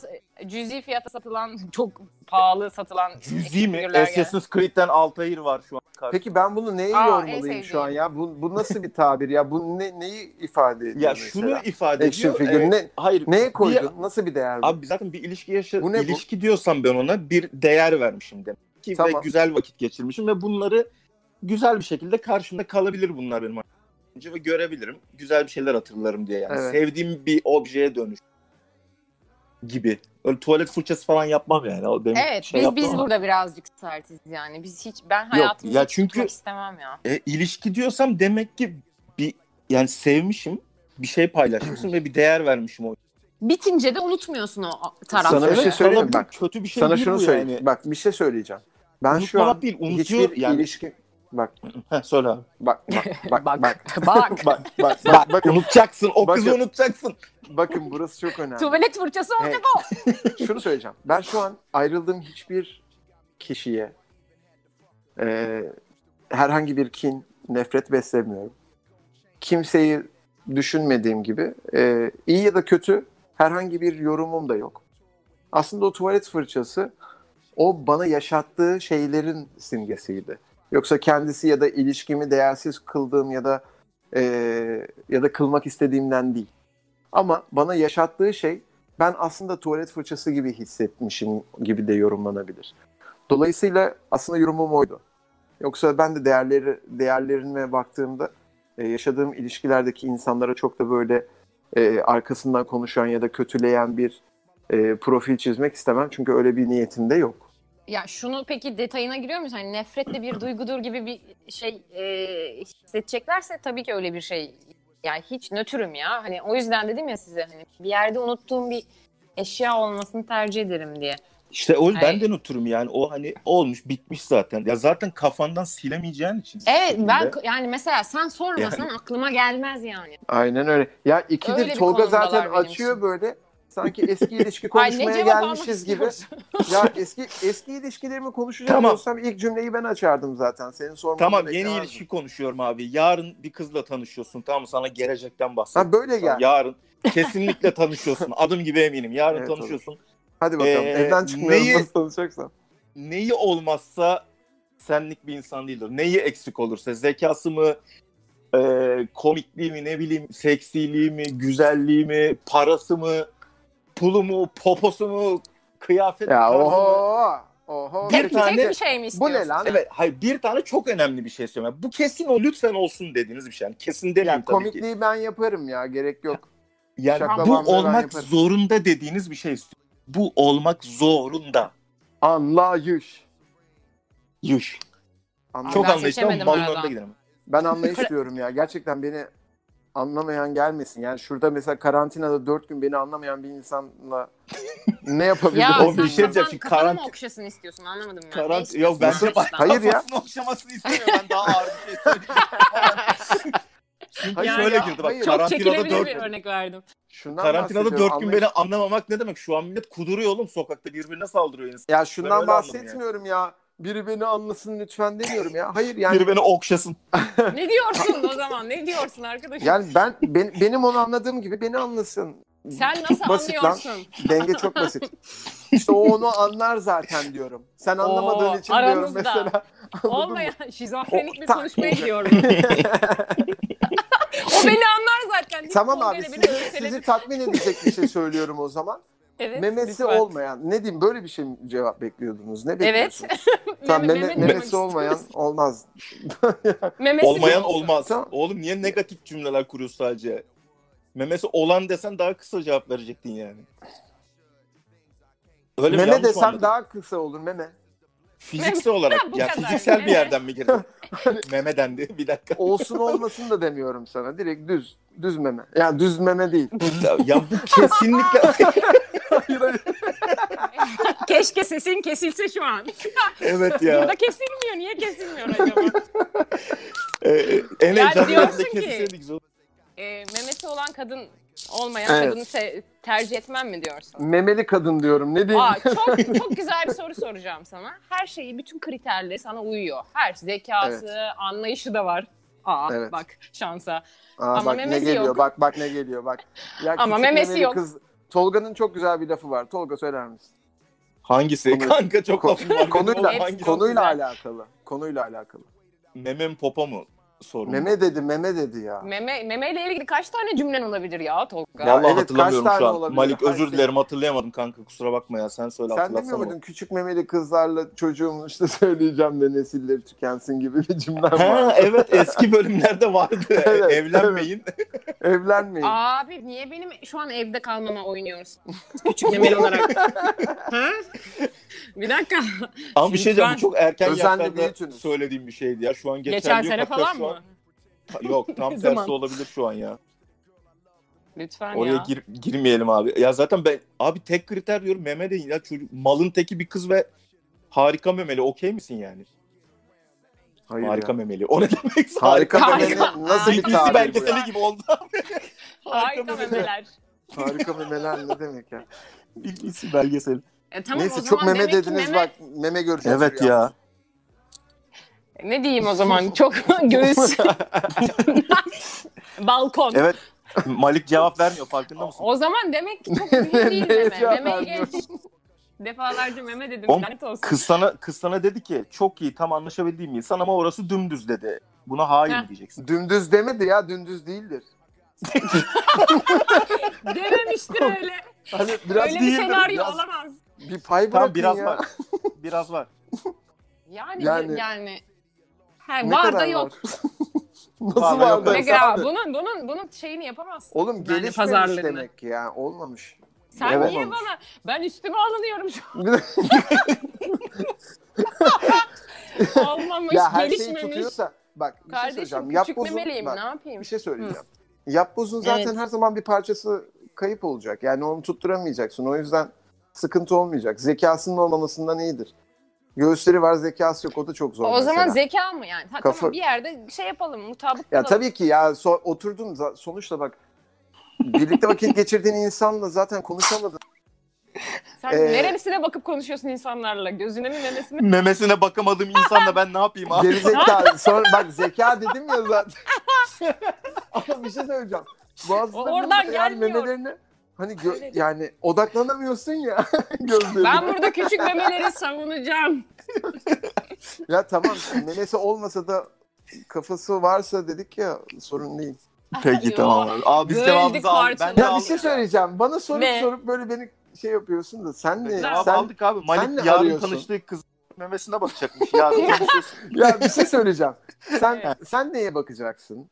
S2: cüzi fiyata satılan [LAUGHS] çok pahalı satılan
S1: Cüzi mi?
S2: figürler geldi.
S1: Assassin's Creed'den Altair var şu an. karşımda.
S3: Peki ben bunu neye
S2: Aa, en
S3: yormalıyım şu an ya? Bu, bu nasıl bir tabir ya? Bu ne, neyi ifade ediyor
S1: Ya
S3: mesela?
S1: şunu ifade
S3: Action
S1: ediyor.
S3: figürü
S1: evet.
S3: ne,
S1: Hayır.
S3: neye koydun?
S1: Bir-
S3: Nasıl bir değer bu?
S1: Abi zaten bir ilişki yaşa
S3: Bu ne bu?
S1: ilişki diyorsam ben ona bir değer vermişim demek ki ve
S3: Tamam.
S1: güzel vakit geçirmişim ve bunları güzel bir şekilde karşımda kalabilir bunlar benim hayatımda ve görebilirim. Güzel bir şeyler hatırlarım diye yani.
S3: Evet.
S1: Sevdiğim bir objeye dönüş gibi. Öyle tuvalet fırçası falan yapmam yani. O benim
S2: Evet
S1: şey
S2: biz
S1: yapmam
S2: biz
S1: ama-
S2: burada birazcık sertiz yani. Biz hiç ben hayatımı
S1: ya
S2: hiç
S1: çünkü-
S2: tutmak istemem ya.
S1: E, ilişki diyorsam demek ki bir yani sevmişim, bir şey paylaşmışım ve bir değer vermişim o.
S2: Bitince de unutmuyorsun o tarafları.
S3: Sana bir şey söyleyeyim mi? Bak,
S1: Kötü bir şey
S3: Sana
S1: değil
S3: şunu
S1: bu
S3: söyleyeyim.
S1: yani.
S3: Bak bir şey söyleyeceğim. Ben şu
S1: Unutmamak
S3: an
S1: değil, unutuyor
S3: hiçbir
S1: yani.
S3: ilişki... Bak
S1: Heh, söyle abi.
S3: bak
S2: [LAUGHS]
S3: bak bak bak
S2: Bak.
S3: bak
S1: Bak,
S3: [LAUGHS]
S1: [LAUGHS]
S3: bak,
S1: bak,
S3: bakın
S1: unutacaksın. O kızı
S3: Bakın.
S1: unutacaksın.
S3: bakın burası çok önemli.
S2: Tuvalet fırçası olacak o.
S3: şunu söyleyeceğim. Ben şu an ayrıldığım hiçbir kişiye e, herhangi bir kin, nefret beslemiyorum. Kimseyi düşünmediğim gibi e, iyi ya da kötü herhangi bir yorumum da yok. Aslında o tuvalet fırçası o bana yaşattığı şeylerin simgesiydi. Yoksa kendisi ya da ilişkimi değersiz kıldığım ya da e, ya da kılmak istediğimden değil. Ama bana yaşattığı şey ben aslında tuvalet fırçası gibi hissetmişim gibi de yorumlanabilir. Dolayısıyla aslında yorumum oydu. Yoksa ben de değerleri değerlerime baktığımda e, yaşadığım ilişkilerdeki insanlara çok da böyle e, arkasından konuşan ya da kötüleyen bir e, profil çizmek istemem çünkü öyle bir niyetim de yok.
S2: Ya şunu peki detayına giriyor muyuz? Hani nefret de bir duygudur gibi bir şey e, hissedeceklerse tabii ki öyle bir şey. Yani hiç nötrüm ya. Hani o yüzden dedim ya size hani bir yerde unuttuğum bir eşya olmasını tercih ederim diye.
S1: İşte o
S2: Hayır.
S1: benden oturum yani. O hani olmuş bitmiş zaten. Ya zaten kafandan silemeyeceğin için.
S2: Evet ben
S1: Şekilde.
S2: yani mesela sen sormasan aklıma gelmez yani.
S3: Aynen öyle. Ya ikidir
S2: Öyle bir
S3: Tolga
S2: konumdalar
S3: zaten
S2: benim
S3: açıyor
S2: için.
S3: böyle sanki
S2: [LAUGHS]
S3: eski ilişki
S2: Ay, ne
S3: konuşmaya
S2: cevap almak
S3: gelmişiz gibi.
S2: istiyorsun?
S1: [LAUGHS]
S3: Ya eski eski ilişkilerimi konuşacak
S1: Tamam.
S3: olsam ilk cümleyi ben açardım zaten. Senin sormanı
S1: Tamam yeni
S3: beklemezdim.
S1: ilişki konuşuyorum abi. Yarın bir kızla tanışıyorsun. Tamam mı? sana gelecekten bahsediyorum.
S3: Ha böyle gel.
S1: Yarın kesinlikle tanışıyorsun.
S3: [LAUGHS]
S1: Adım gibi eminim. Yarın
S3: Evet,
S1: tanışıyorsun.
S3: Hadi bakalım.
S1: Ee,
S3: Evden çıkmıyorum
S1: neyi-
S3: nasıl tanışacaksan.
S1: Neyi olmazsa senlik bir insan değildir. Neyi eksik olursa zekası mı, e, komikliği mi, ne bileyim seksiliği mi, güzelliği mi, parası mı, pulu mu, poposu mu, kıyafet
S3: Ya
S1: tarzı mı?
S3: oho. Oho.
S1: Bir
S2: Tek,
S3: peki.
S1: tane-
S2: tek bir şey mi
S3: Bu
S2: istiyorsun?
S3: ne lan?
S1: Evet, hayır bir tane çok önemli bir şey söylüyorum. Yani bu kesin o lütfen olsun dediğiniz bir şey. Yani kesin demeyeyim
S3: Ya,
S1: tabii ki.
S3: komikliği ben yaparım ya. Gerek yok.
S1: Yani
S3: şaklabanlığı
S1: bu
S3: ben
S1: olmak
S3: yaparım.
S1: zorunda dediğiniz bir şey istiyorum. Bu olmak zorunda.
S3: Anlayış.
S1: Yuş.
S3: Anlayış.
S1: Çok
S2: ben
S1: anlayışlı ama
S2: seçemedim
S1: malın
S2: aradan.
S1: önüne giderim.
S3: Ben anlayış diyorum ya. Gerçekten beni anlamayan gelmesin. Yani şurada mesela karantinada dört gün beni anlamayan bir insanla
S1: [LAUGHS]
S3: ne yapabilirim?
S2: Ya
S1: Oğlum,
S2: sen
S1: bir şey diyeceğim.
S2: kafan,
S1: Şimdi
S2: kafanı
S1: karant-
S2: mı okşasın istiyorsun anlamadım ya.
S1: Karan-
S2: Ne istiyorsun
S1: Yok, ben-
S2: sen işte?
S3: Hayır ya.
S1: Kafasını okşamasını istemiyorum. Ben daha ağır bir şey söyleyeceğim.
S3: [LAUGHS]
S1: Çünkü
S3: Hayır
S1: şöyle
S2: ya,
S1: girdi bak.
S3: hayır.
S2: Çok
S1: karantinada
S2: çekilebilir
S1: dört
S2: bir örnek verdim. [LAUGHS]
S3: Şundan
S1: Karantinada
S3: bahsediyorum,
S1: dört gün
S3: anlayış-
S1: beni anlamamak ne demek? Şu an millet kuduruyor oğlum sokakta birbirine saldırıyor insan.
S3: Ya
S1: Ben
S3: şundan
S1: öyle anladım
S3: bahsetmiyorum ya. Biri beni anlasın lütfen demiyorum ya. Hayır yani
S1: Biri beni okşasın.
S2: ne diyorsun o zaman? Ne diyorsun arkadaşım?
S3: yani ben, ben benim onu anladığım gibi beni anlasın.
S2: sen nasıl
S3: basit lan.
S2: anlıyorsun?
S3: [LAUGHS] Denge çok basit. İşte o onu anlar zaten diyorum. Sen anlamadığın
S2: Oo,
S3: için diyorum
S2: aranızda.
S3: mesela. Anladın mı?
S2: Olmayan şizofrenik bir
S3: O- ta-
S2: konuşmaya
S3: [LAUGHS]
S2: gidiyorum. o beni anlar zaten.
S3: Tamam
S2: Tolga
S3: abi
S2: ile beni
S3: sizi,
S2: örseledim.
S3: sizi tatmin edecek bir şey söylüyorum o zaman.
S2: [LAUGHS] Evet.
S3: memesi
S2: lütfen.
S3: olmayan ne diyeyim böyle bir şey mi cevap bekliyordunuz? Ne
S2: Evet. [LAUGHS]
S3: bekliyorsunuz? Tamam,
S2: Meme-
S3: meme-
S2: meme demek
S3: memesi olmayan
S2: istiyorsun.
S3: olmaz.
S2: Memesi
S1: Olmayan
S2: olsun.
S1: olmaz.
S3: Tamam.
S1: Oğlum niye negatif cümleler kuruyorsun sadece? Memesi olan desen daha kısa cevap verecektin yani. Öyle mi?
S3: meme
S1: Yanlış mı
S3: desem
S1: anladım?
S3: daha kısa olur meme.
S1: Fiziksel olarak.
S2: [LAUGHS] Bu
S1: ya
S2: kadar.
S1: fiziksel
S2: Meme.
S1: bir yerden mi
S3: [LAUGHS]
S1: girdin? meme dendi. Bir dakika.
S3: Olsun olmasın da demiyorum sana. Direkt düz. Düz meme. Yani düz meme değil.
S1: ya bu kesinlikle
S3: [LAUGHS]
S2: Keşke sesin kesilse şu an.
S1: evet
S2: Burada
S1: ya.
S2: kesilmiyor. Niye kesilmiyor acaba?
S1: Ee, en
S2: Yani
S1: heyecanlı
S2: diyorsun
S1: yerinde
S2: ki-
S1: kesilseydik zor-
S2: Ee, memesi olan kadın olmayan
S3: Evet.
S2: kadını se- tercih etmem mi diyorsun?
S3: Memeli kadın diyorum. Ne [LAUGHS] diyeyim?
S2: Aa, çok çok güzel bir soru soracağım sana. Her şeyi, bütün kriterleri sana uyuyor. Her zekası, anlayışı da var. Aa,
S3: Evet.
S2: bak şansa.
S3: Aa,
S2: ama
S3: bak ne
S2: memesi
S3: geliyor.
S2: yok.
S3: Bak bak ne geliyor. Bak. Ya
S2: Ama
S3: küçük
S2: memesi
S3: memeli
S2: yok.
S3: Kız... Tolga'nın çok güzel bir lafı var. Tolga söyler misin?
S1: Hangisi?
S3: Konu-
S1: Kanka çok
S3: Ko-
S1: lafım var.
S3: konuyla
S1: Konuyla, hangisi?
S2: Konu-
S3: konuyla
S2: güzel.
S3: alakalı. Konuyla alakalı.
S1: Memem popa mı? Sorun.
S3: Meme dedi, meme dedi ya.
S2: Meme, memeyle ilgili kaç tane cümlen olabilir ya Tolga?
S3: Ya-
S1: Vallahi
S3: Evet,
S1: hatırlamıyorum
S3: kaç
S1: şu
S3: tane
S1: an.
S3: olabilir?
S1: Malik
S3: Kaç
S1: özür
S3: tane?
S1: dilerim hatırlayamadım kanka kusura bakma ya. Sen söyle
S3: Sen demiyor
S1: hatırlatsana. bana.
S3: muydun küçük memeli kızlarla çocuğum işte söyleyeceğim de nesilleri tükensin gibi bir cümlem
S1: Ha e-
S3: var.
S1: evet eski bölümlerde vardı.
S3: [LAUGHS] Evet,
S1: Evlenmeyin.
S3: Evlenmeyin.
S2: Abi niye benim şu an evde kalmama oynuyorsun?
S3: [LAUGHS]
S2: Küçük memeli olarak. ha? Bir dakika.
S1: Ama bir şey diyeceğim bu
S2: Lütfen.
S1: çok erken
S3: Özenle
S1: yaşlarda
S3: büyütünüz.
S1: söylediğim bir şeydi ya. Şu an geçerli
S2: Geçen
S1: yok.
S2: sene
S1: Hatta
S2: falan
S1: şu an-
S2: mı? [LAUGHS]
S1: Yok tam
S2: Ne
S1: tersi
S2: zaman?
S1: olabilir şu an ya.
S2: Lütfen
S1: Oraya
S2: ya.
S1: gir- girmeyelim abi. Ya zaten ben abi tek kriter diyorum meme değil ya. Çocuk, malın teki bir kız ve harika memeli okey misin yani?
S3: Hayır
S1: harika
S3: ya.
S1: memeli. O ne demek?
S3: [LAUGHS] Harika,
S2: Harika.
S3: memeli nasıl bir
S2: Harika.
S1: Bitmesi
S3: tabir bu ya?
S1: belgeseli gibi oldu [LAUGHS] abi.
S2: Harika
S1: memeli.
S2: memeler.
S3: Harika memeler ne demek ya?
S1: Bitmesi belgeseli.
S2: E, tamam o
S3: Neyse
S2: zaman
S3: çok meme
S2: demek ki
S3: dediniz
S2: meme-
S3: bak meme göreceğiz.
S1: Evet ya.
S2: Ne diyeyim o zaman? Çok [LAUGHS] göğüs. Balkon.
S1: Evet. Malik cevap vermiyor farkında mısın?
S2: O zaman demek ki çok
S3: [LAUGHS]
S2: mühim değil
S3: Neye
S2: meme.
S3: cevap
S2: Memeyi
S3: vermiyorsun?
S2: geç. Defalarca meme dedim.
S1: Oğlum,
S2: Lanet
S3: [LAUGHS]
S2: olsun.
S1: Kız sana, kız sana dedi ki çok iyi tam anlaşabildiğim bir insan ama orası dümdüz dedi. Buna hayır
S2: Heh.
S1: diyeceksin.
S3: Dümdüz demedi ya dümdüz değildir.
S2: Dememiştir öyle.
S3: Hani biraz
S2: öyle bir şey
S1: değildir,
S2: senaryo
S3: biraz-
S2: olamaz.
S3: bir pay bırakın
S1: Tam biraz
S3: ya.
S1: var. Biraz
S3: [LAUGHS]
S1: var.
S2: Yani
S3: Yani-
S2: yani, He,
S3: Ne
S2: E, var da [LAUGHS]
S3: kadar
S2: yok.
S3: Nasıl
S1: Var
S3: var,
S1: da yok.
S3: da
S2: Ne
S3: yok
S2: kadar-
S3: abi?
S2: bunun bunun bunun şeyini yapamazsın.
S3: Oğlum
S2: Yani
S3: gelişmemiş
S2: pazarlığını.
S3: demek ya.
S2: [LAUGHS]
S3: Olmamış.
S2: Sen
S1: Evet.
S2: niye
S3: Olmamış.
S2: bana ben üstüme alınıyorum şu an. olmamış,
S3: [LAUGHS] ya her şeyi
S2: gelişmemiş.
S3: tutuyorsa bak bir şey söyleyeceğim.
S2: Kardeşim
S3: Yap
S2: küçük
S3: bozun-
S2: memeliyim
S3: bak,
S2: ne yapayım?
S3: Bir şey söyleyeceğim. Yapbozun zaten
S2: Evet.
S3: her zaman bir parçası kayıp olacak. Yani onu tutturamayacaksın. O yüzden sıkıntı olmayacak. Zekasının olmamasından iyidir. Göğüsleri var zekası yok. O da çok zor.
S2: O zaman
S3: mesela.
S2: zeka mı yani? Ha,
S3: Kafa-
S2: Tamam bir yerde şey yapalım, mutabık
S3: Ya
S2: kalalım.
S3: tabii ki ya so- oturdun za- sonuçta bak birlikte vakit geçirdiğin insanla
S2: [LAUGHS]
S3: zaten konuşamadın.
S2: Sen
S3: Ee,
S2: neresine bakıp konuşuyorsun insanlarla? Gözüne mi memesine mi?
S1: Memesine bakamadığım insanla ben ne yapayım abi?
S3: Geri zeka. Sonra bak zeka dedim ya zaten. [LAUGHS] Ama bir şey söyleyeceğim. Bu aslında
S2: oradan
S3: burada yani
S2: gelmiyor.
S3: memelerine hani gö-
S2: Öyle değil.
S3: yani odaklanamıyorsun ya [LAUGHS] gözlerine.
S2: Ben burada küçük memeleri
S3: [LAUGHS]
S2: savunacağım.
S3: Ya tamam memesi olmasa da kafası varsa dedik ya sorun değil.
S1: [LAUGHS] Peki
S2: Yo.
S1: tamam abi. Abi biz
S2: Böldük
S1: cevabımızı aldık. Ben
S2: parçaları.
S1: de
S3: Ya bir
S1: aldım
S3: şey söyleyeceğim. Bana sorup
S2: Ne?
S3: sorup böyle beni şey yapıyorsun da sen ne?
S1: Cevabı
S3: Sen,
S1: aldık abi. Malik
S3: sen ne
S1: yarın
S3: arıyorsun?
S1: tanıştığı kız memesine bakacakmış. Yarın
S2: [LAUGHS]
S1: konuşuyorsun.
S3: ya bir şey söyleyeceğim. Sen
S2: Evet.
S3: sen neye bakacaksın?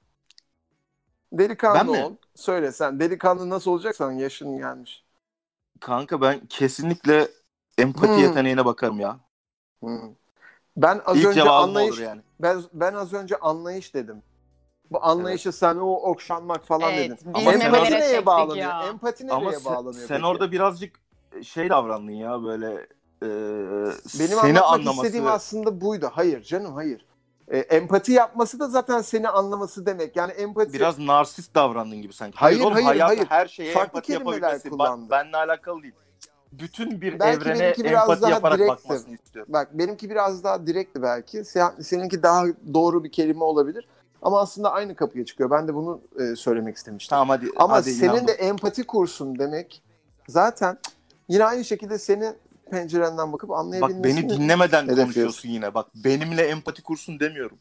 S3: Delikanlı
S1: Ben mi?
S3: ol. Söyle sen delikanlı nasıl olacaksan yaşın gelmiş.
S1: Kanka ben kesinlikle empati
S3: Hmm.
S1: yeteneğine bakarım ya.
S3: Hı. Hmm. Ben az
S1: İlk
S3: önce
S1: cevabım
S3: anlayış
S1: olur yani.
S3: ben ben az önce anlayış dedim. Bu anlayışı sen o okşanmak falan
S2: Evet,
S3: dedin.
S2: biz
S3: Ama
S1: memelere
S3: empati neye
S2: çektik
S3: bağlanıyor?
S2: ya.
S3: Empati nereye
S1: Ama sen,
S3: bağlanıyor?
S1: sen
S3: peki?
S1: orada birazcık şey davrandın ya böyle e,
S3: Benim
S1: seni
S3: anlatmak
S1: anlaması.
S3: istediğim aslında buydu. Hayır canım hayır. E, empati yapması da zaten seni anlaması demek. Yani empati
S1: Biraz narsist davrandın gibi sanki.
S3: şey- Hayır,
S1: Hayır, oğlum
S3: hayır,
S1: hayat
S3: hayır.
S1: her şeye
S3: Farklı
S1: empati
S3: kelimeler
S1: yapabilmesi. Ba-
S3: kullandın.
S1: benle alakalı değil. Bütün bir
S3: Belki
S1: evrene
S3: benimki biraz
S1: empati
S3: daha
S1: yaparak
S3: direktti.
S1: bakmasını istiyorum.
S3: bak benimki biraz daha direkti belki. Sen- Seninki daha doğru bir kelime olabilir. Ama aslında aynı kapıya çıkıyor. Ben de bunu e, söylemek istemiştim.
S1: Tamam hadi.
S3: Ama
S1: hadi
S3: senin
S1: inandım.
S3: de empati kursun demek zaten yine aynı şekilde seni pencerenden bakıp
S1: Bak
S3: anlayabilmesi.
S1: beni dinlemeden
S3: hedefliyorsun.
S1: konuşuyorsun yine. Bak benimle empati kursun demiyorum.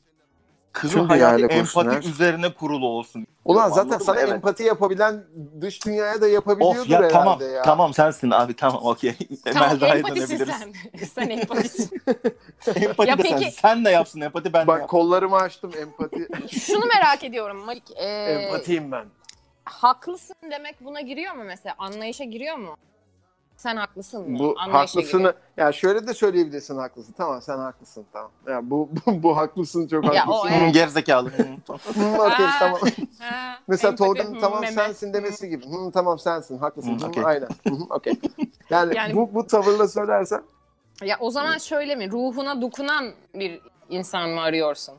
S1: Kızın
S3: Tüm
S1: hayatı
S3: dünyayla şey.
S1: empati
S3: konuşsunlar.
S1: üzerine kurulu olsun.
S3: Ulan
S1: Anladım,
S3: zaten sana
S1: evet.
S3: empati yapabilen dış dünyaya da yapabiliyordur
S1: Of ya
S3: herhalde
S1: tamam
S3: ya.
S1: tamam sensin abi tamam okey. [LAUGHS]
S2: Tamam
S1: Melda'ya
S2: empatisin
S1: dönebiliriz.
S2: sen. [LAUGHS] sen empatisin.
S1: [LAUGHS] empati
S2: Ya
S1: de
S2: peki-
S1: sen. Sen de yapsın empati ben de
S3: Bak
S1: yap.
S3: kollarımı açtım
S2: [LAUGHS]
S3: empati.
S2: Şunu merak ediyorum Malik. Ee,
S3: Empatiyim ben.
S2: Haklısın demek buna giriyor mu mesela? Anlayışa giriyor mu? Sen haklısın mı?
S3: Bu
S2: Anlayışa
S3: haklısını
S2: giriyor.
S3: ya şöyle de söyleyebilirsin haklısın. Tamam sen haklısın tamam. Ya bu [LAUGHS] bu, bu haklısın çok
S2: Ya o
S3: haklısın.
S2: evet.
S1: Hı, Gerizekalı. Hı, tamam.
S3: Hı, okey,
S2: Aa. [LAUGHS]
S3: tamam.
S2: Ha,
S3: Mesela
S2: empati,
S3: Tolga'nın
S2: hı,
S3: tamam
S2: meme.
S3: sensin demesi gibi. Hı, tamam sensin haklısın.
S1: Hı,
S3: Hı,
S1: okey.
S3: Aynen. Hı, okey. Yani,
S2: Yani-
S3: bu bu tavırla söylersen
S2: Ya o zaman şöyle mi? Ruhuna dokunan bir insan mı arıyorsun?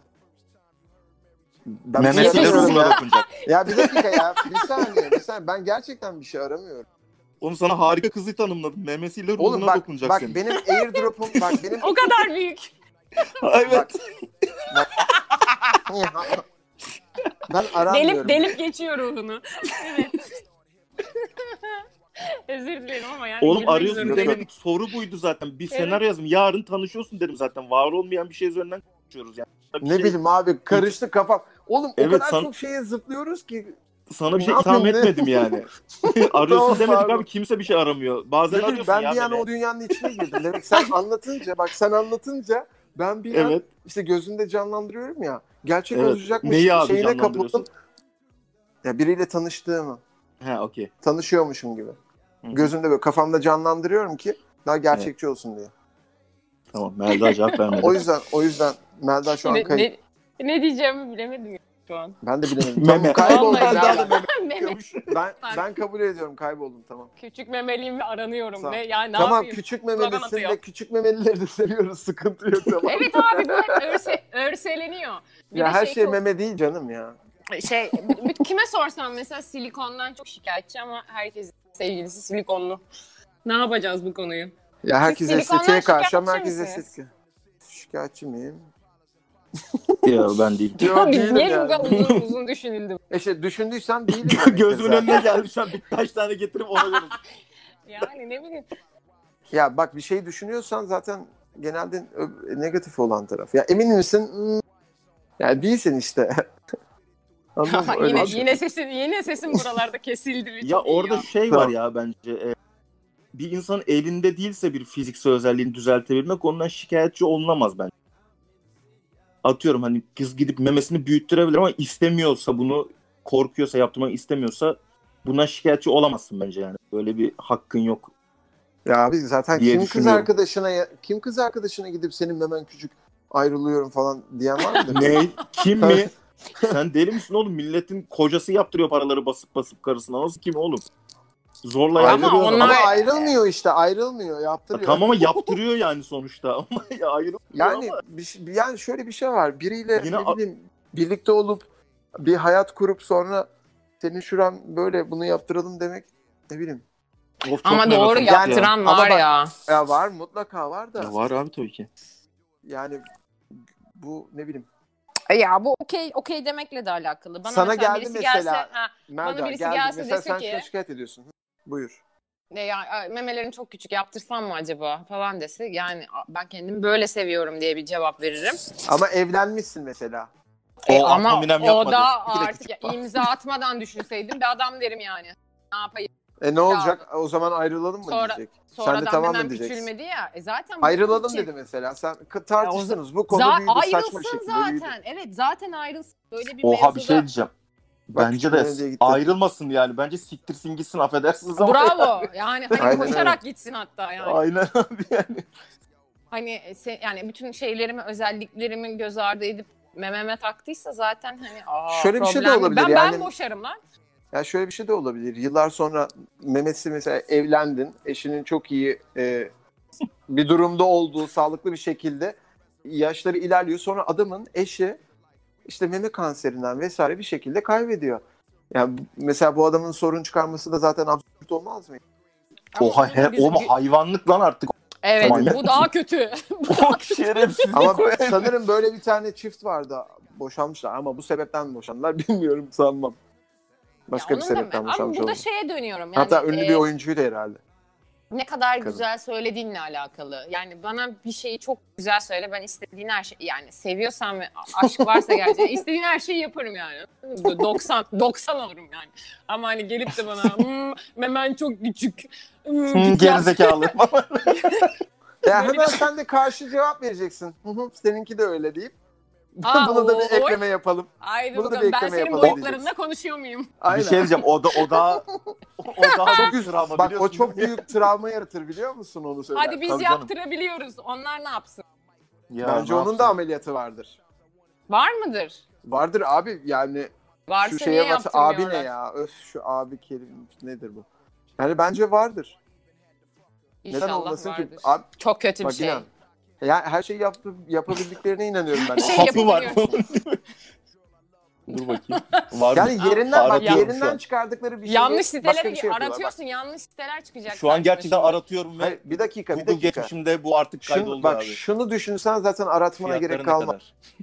S3: ben şey
S2: Memesi
S1: Memesiyle
S2: Yapıyorsun
S1: ruhuna
S3: ya.
S1: dokunacak.
S3: ya bir dakika ya. Bir saniye, bir saniye. Ben gerçekten bir şey aramıyorum.
S1: Oğlum sana harika kızı tanımladım. Memesiyle ruhuna
S3: Oğlum bak
S1: dokunacak
S3: bak
S1: senin.
S3: benim airdrop'um bak
S2: [LAUGHS]
S3: benim
S2: O kadar büyük.
S1: [LAUGHS] evet.
S3: ben
S2: Delip
S3: aramıyorum.
S2: delip geçiyor ruhunu. evet. [LAUGHS] Özür dilerim ama yani.
S1: Oğlum
S2: gülmek
S1: arıyorsun.
S2: zorundayım.
S1: Dedim. Soru buydu zaten. Bir
S2: Evet.
S1: senaryo yazdım. Yarın tanışıyorsun derim zaten. Var olmayan bir şey üzerinden konuşuyoruz yani. Sana bir
S3: Ne
S1: şey-
S3: bileyim abi karıştı kafam. Oğlum
S1: Evet,
S3: o kadar
S1: sen-
S3: çok şeye zıplıyoruz ki.
S1: Sana bir şey
S3: Ne
S1: itham
S3: yapayım, ne-
S1: etmedim
S3: [LAUGHS]
S1: yani. [LAUGHS] Arıyorsun
S3: Tamam,
S1: demedik
S3: pardon.
S1: abi. Kimse bir şey aramıyor. Bazen
S3: Ne bileyim,
S1: arıyorsun
S3: ben
S1: ya.
S3: bir an
S1: beni.
S3: o dünyanın içine girdim. Demek sen anlatınca bak sen anlatınca ben bir an
S1: Evet.
S3: işte gözümde canlandırıyorum ya. Gerçek
S1: Evet.
S3: olacakmış
S1: Neyi abi
S3: şeyine kapıldım.
S1: canlandırıyorsun?
S3: Ya biriyle tanıştığımı,
S1: Ha okey.
S3: tanışıyormuşum gibi.
S1: Hı hı.
S3: Gözümde böyle kafamda canlandırıyorum ki daha gerçekçi olsun diye.
S1: Tamam Melda cevap vermedi.
S3: O yüzden o yüzden Melda şu an
S2: Ne,
S3: kayıp.
S2: ne, ne diyeceğimi bilemedim şu an. [LAUGHS]
S3: Ben
S1: [LAUGHS]
S3: de bilemedim.
S1: Meme.
S3: Tamam, kayboldum.
S2: Vallahi
S3: Melda da
S2: bilemedim.
S3: meme
S2: Meme,
S3: diyormuş. Ben,
S2: Pardon.
S3: ben kabul ediyorum kayboldum tamam.
S2: küçük memeliyim ve aranıyorum.
S3: Tamam.
S2: Ne, yani ne
S3: tamam
S2: yapayım?
S3: küçük
S2: Slogan
S3: memelisin
S2: atıyor.
S3: de küçük memelileri de seviyoruz. Sıkıntı yok tamam.
S2: Evet abi bu hep örse, örseleniyor. [LAUGHS] Bir
S3: ya
S2: de
S3: her şey,
S2: çok-
S3: meme değil canım ya.
S2: şey bu- bu- kime sorsam mesela silikondan çok şikayetçi ama herkesin sevgilisi silikonlu. Ne yapacağız bu konuyu?
S3: Ya herkes
S2: silikondan
S3: estetiğe karşı ama
S2: şikayetçi
S3: herkes
S2: misiniz?
S3: estetik. Şikayetçi miyim?
S1: ya ben değilim.
S3: Yok
S2: Biz
S3: değilim
S2: niye bu
S3: yani.
S2: kadar uzun uzun düşünüldü?
S3: E
S1: [LAUGHS]
S3: şey, düşündüysen değilim. demektir
S1: Gözümün
S3: zaten.
S1: önüne geldi şu an. Birkaç tane getirip ona
S2: [LAUGHS]
S1: koydum.
S2: Yani ne bileyim.
S3: Ya bak bir şey düşünüyorsan zaten genelde ö- negatif olan taraf. Ya emin misin? Hmm. Yani değilsin işte. [LAUGHS] Anladın mı?
S2: [LAUGHS]
S3: Öyle
S2: yine,
S3: bir şey.
S2: yine sesin yine sesin buralarda kesildi.
S1: Ya
S2: Çok iyi
S1: orada şey
S3: Tamam.
S1: var ya bence. e, bir insan elinde değilse bir fiziksel özelliğini düzeltebilmek ondan şikayetçi olunamaz bence. Atıyorum hani kız gidip memesini büyüttürebilir ama istemiyorsa bunu korkuyorsa yaptırmak istemiyorsa bundan şikayetçi olamazsın bence yani. Böyle bir hakkın yok.
S3: şey. Ya abi zaten
S1: diye
S3: kim kız
S1: düşünüyorum.
S3: arkadaşına ya- kim kız arkadaşına gidip senin memen küçük ayrılıyorum falan diyen var
S1: [LAUGHS]
S3: mı?
S1: Ne? Kim [LAUGHS] mi? Sen deli misin oğlum? Milletin kocası yaptırıyor paraları basıp basıp karısına. Nasıl kim oğlum? Zorla
S2: Ama
S1: yaptırıyor adam.
S2: onlar-
S3: Ama ayrılmıyor işte ayrılmıyor yaptırıyor.
S1: Tamam
S3: [LAUGHS]
S1: ama yaptırıyor yani sonuçta. [LAUGHS] Ama ya ayrılıyor
S3: Yani
S1: ama.
S3: bir şey- yani şöyle bir şey var. Biriyle
S1: Yine
S3: ne
S1: a-
S3: bileyim, birlikte olup bir hayat kurup sonra senin şuran böyle bunu yaptıralım demek ne bileyim.
S1: Of, çok
S2: Ama
S1: merak
S2: doğru
S1: ettim ya.
S2: yaptıran
S3: Ama
S2: var
S3: bak-
S2: ya.
S3: Ya var mutlaka var da.
S1: Ya var abi tabii ki.
S3: Yani bu ne bileyim.
S2: E Ya bu okey okey demekle de alakalı. Bana
S3: Sana
S2: mesela
S3: geldi
S2: birisi
S3: mesela.
S2: Gelse, ha,
S3: Merda
S2: birisi
S3: geldi.
S2: gelse
S3: Mesela
S2: dese
S3: sen
S2: ki-
S3: şuna şikayet ediyorsun. Hı, Buyur.
S2: ne ya, ay, memelerin çok küçük yaptırsam mı acaba falan dese yani a, ben kendimi böyle seviyorum diye bir cevap veririm.
S3: Ama evlenmişsin mesela.
S1: O
S2: E, ama
S1: Atominem
S2: o
S1: yapmadı.
S2: da
S1: Bir dakika.
S2: artık ya, imza atmadan düşünseydim bir adam derim yani. Ne yapayım?
S3: E ne olacak? O zaman ayrılalım mı
S2: Sonra-
S3: diyecek.
S2: Sonradan
S3: sen de tamam
S2: hemen
S3: mı diyeceksin?
S2: küçülmedi ya. E zaten bu
S3: Ayrılalım
S2: çirkin.
S3: dedi mesela. Sen k- tartıştınız. Bu konu
S2: Za-
S3: büyüdü saçma
S2: ayrılsın
S3: şekilde
S2: zaten.
S3: büyüdü.
S2: Evet zaten ayrılsın. Böyle bir
S1: Oha bir şey
S2: mevzuda-
S1: diyeceğim.
S3: Bak,
S1: Bence
S3: nereye
S1: de
S3: gitti?
S1: ayrılmasın yani. Bence siktirsin gitsin affedersiniz ama. [LAUGHS]
S2: Bravo. Yani hani
S3: Aynen
S2: koşarak gitsin hatta yani.
S1: Aynen abi yani.
S2: Hani se- yani bütün şeylerimi, özelliklerimi göz ardı edip mememe taktıysa zaten hani aa,
S3: Şöyle bir şey de
S2: problem yok.
S3: olabilir
S2: ben, Ben
S3: yani.
S2: boşarım lan.
S3: Ya şöyle bir şey de olabilir. Yıllar sonra memesi mesela evlendin. Eşinin çok iyi e, bir durumda olduğu sağlıklı bir şekilde yaşları ilerliyor. Sonra adamın eşi işte meme kanserinden vesaire bir şekilde kaybediyor. Yani bu- mesela bu adamın sorun çıkarması da zaten absürt olmaz mı?
S2: Ama
S1: Oha
S2: onun
S1: he,
S2: güzel-
S1: oğlum hayvanlık lan artık. [LAUGHS]
S2: Evet
S1: Tamam.
S2: bu daha kötü.
S1: Çok şerefsizlik.
S3: Ama
S1: o yani.
S3: sanırım böyle bir tane çift vardı boşanmışlar ama bu sebepten mi boşandılar [LAUGHS] bilmiyorum sanmam. Başka
S2: Ya
S3: bir
S2: onun da-
S3: sebepten
S2: Ama
S3: boşanmış
S2: burada
S3: olabilir.
S2: şeye dönüyorum. şey, Yani,
S3: Hatta ünlü
S2: e,
S3: bir oyuncuydu herhalde.
S2: ne kadar
S3: Kadın.
S2: güzel söylediğinle alakalı. Yani bana bir şeyi çok güzel söyle. Ben istediğin her şey yani seviyorsam ve aşk varsa gerçekten istediğin her şeyi yaparım yani. 90 90 olurum yani. Ama hani gelip de bana "Hmm, memen çok küçük. Hmm,
S1: Hı,
S2: git yat."
S3: [LAUGHS]
S1: Gerizekalı.
S3: Ya hemen sen de karşı cevap vereceksin. Hı hı, Seninki de öyle deyip.
S2: Aa,
S3: [LAUGHS] Bunu da
S2: o-
S3: bir ekleme yapalım.
S2: Haydi
S3: Bunu da
S2: bakalım
S3: bir
S2: ben
S3: ekleme
S2: senin
S3: yapalım
S2: boyutlarında
S3: diyeceksin.
S2: konuşuyor muyum?
S1: bir
S3: Aynen.
S1: şey diyeceğim. O da o da o daha çok
S3: Çok üz-
S1: travma
S3: Bak o
S1: biliyorsun
S3: çok
S1: değil mi?
S3: büyük travma yaratır biliyor musun onu söyler.
S2: Hadi biz
S1: tabii canım.
S2: yaptırabiliyoruz. Onlar ne yapsın?
S1: Ya,
S3: Bence
S1: ne
S3: onun da
S1: yapsın?
S3: ameliyatı vardır.
S2: Var mıdır?
S3: Vardır abi yani
S2: Varsa
S3: şu
S2: niye
S3: şeye bak abi ne
S2: yaptırmıyorlar?
S3: ya öf şu abi kelim nedir bu? Yani bence vardır.
S2: İnşallah
S3: Neden olmasın
S2: vardır.
S3: ki? Abi
S2: Çok kötü bir
S3: bak
S2: şey.
S3: inan. Ya her şeyi yaptı, yapabildiklerine inanıyorum ben.
S2: Bir şey
S1: Hapı var.
S2: yapabiliyorsun.
S1: [LAUGHS] Dur bakayım. Var mı?
S3: yani yerinden bak
S1: Aratıyorum şu
S3: yerinden
S1: an.
S3: çıkardıkları bir şey.
S2: yanlış
S3: başka
S2: sitelere
S3: bir şey yapıyorlar. Bak,
S2: aratıyorsun. Yanlış siteler çıkacak.
S1: Şu an gerçekten
S2: karşına.
S1: aratıyorum ve
S3: Hayır, bir dakika bir
S1: Google
S3: dakika.
S1: geçmişimde bu artık
S3: Şunu,
S1: kaydoldu
S3: bak
S1: abi.
S3: şunu düşünsen zaten aratmana
S1: Fiyatları
S3: gerek
S1: ne
S3: kalmaz.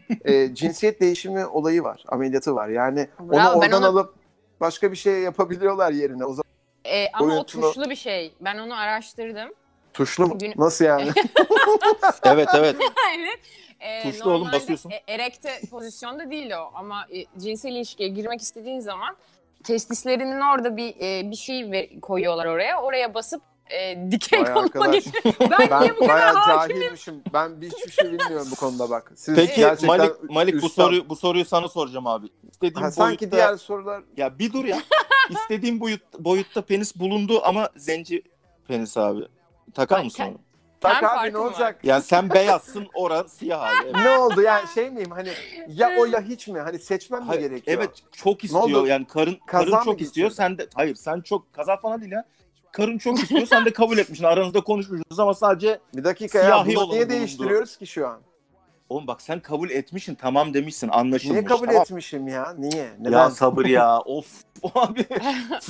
S1: kadar?
S3: Ee, cinsiyet değişimi olayı var. Ameliyatı var. Yani
S2: Bravo, ben
S3: onu oradan
S2: ona-
S3: alıp başka bir şey yapabiliyorlar yerine. O zaman
S2: Ee, ama
S3: Boyutlu-
S2: o tuşlu bir şey. Ben onu araştırdım.
S3: tuşlu mu?
S2: Gün- [LAUGHS]
S3: Nasıl yani?
S1: Evet evet.
S2: evet. Ee,
S1: Tuşlu oğlum,
S2: normalde
S1: basıyorsun.
S2: e- erekte pozisyonda değil o. Ama e, cinsel ilişkiye girmek istediğin zaman testislerinin orada bir e, bir şey ver- koyuyorlar oraya. Oraya basıp e, diken
S3: Vay
S2: konuma
S3: arkadaş.
S2: geçiyor. [LAUGHS] Ben, niye bu kadar
S3: bayağı
S2: hakimim?
S3: cahilmişim. Ben bir- hiçbir şey bilmiyorum bu konuda bak. Siz
S1: Peki
S3: gerçekten
S1: Malik, Malik bu
S3: üstam.
S1: soruyu bu soruyu sana soracağım abi. İstediğin
S3: Ha,
S1: boyutta
S3: sanki diğer sorular
S1: ya bir dur ya. İstediğin boyut boyutta penis bulundu ama zenci penis abi. Takar
S2: Ay,
S1: mısın
S2: ke-
S1: onu?
S3: tak abi
S2: farkı
S3: ne
S2: var.
S3: olacak?
S1: Yani sen beyazsın oran siyah abi. Evet.
S3: ne
S2: [LAUGHS]
S3: oldu yani şey miyim hani ya o ya hiç mi? Hani seçmem mi
S1: Hayır,
S3: gerekiyor?
S1: evet çok istiyor
S3: oldu?
S1: yani karın
S3: Kaza
S1: karın
S3: mı
S1: çok istiyor.
S3: geçirdin?
S1: Sen de hayır sen çok kaza falan değil ya. Karın çok istiyor sen de kabul etmişsin. Aranızda konuşmuşsunuz ama sadece
S3: Bir dakika ya
S1: Siyahi
S3: bunu
S1: olanı
S3: niye
S1: bulundu.
S3: değiştiriyoruz ki şu an?
S1: oğlum bak sen kabul etmişsin tamam demişsin anlaşılmış.
S3: Niye kabul
S1: tamam.
S3: etmişim ya? Niye? Neden?
S1: Ya sabır ya.
S3: [LAUGHS]
S1: Of abi.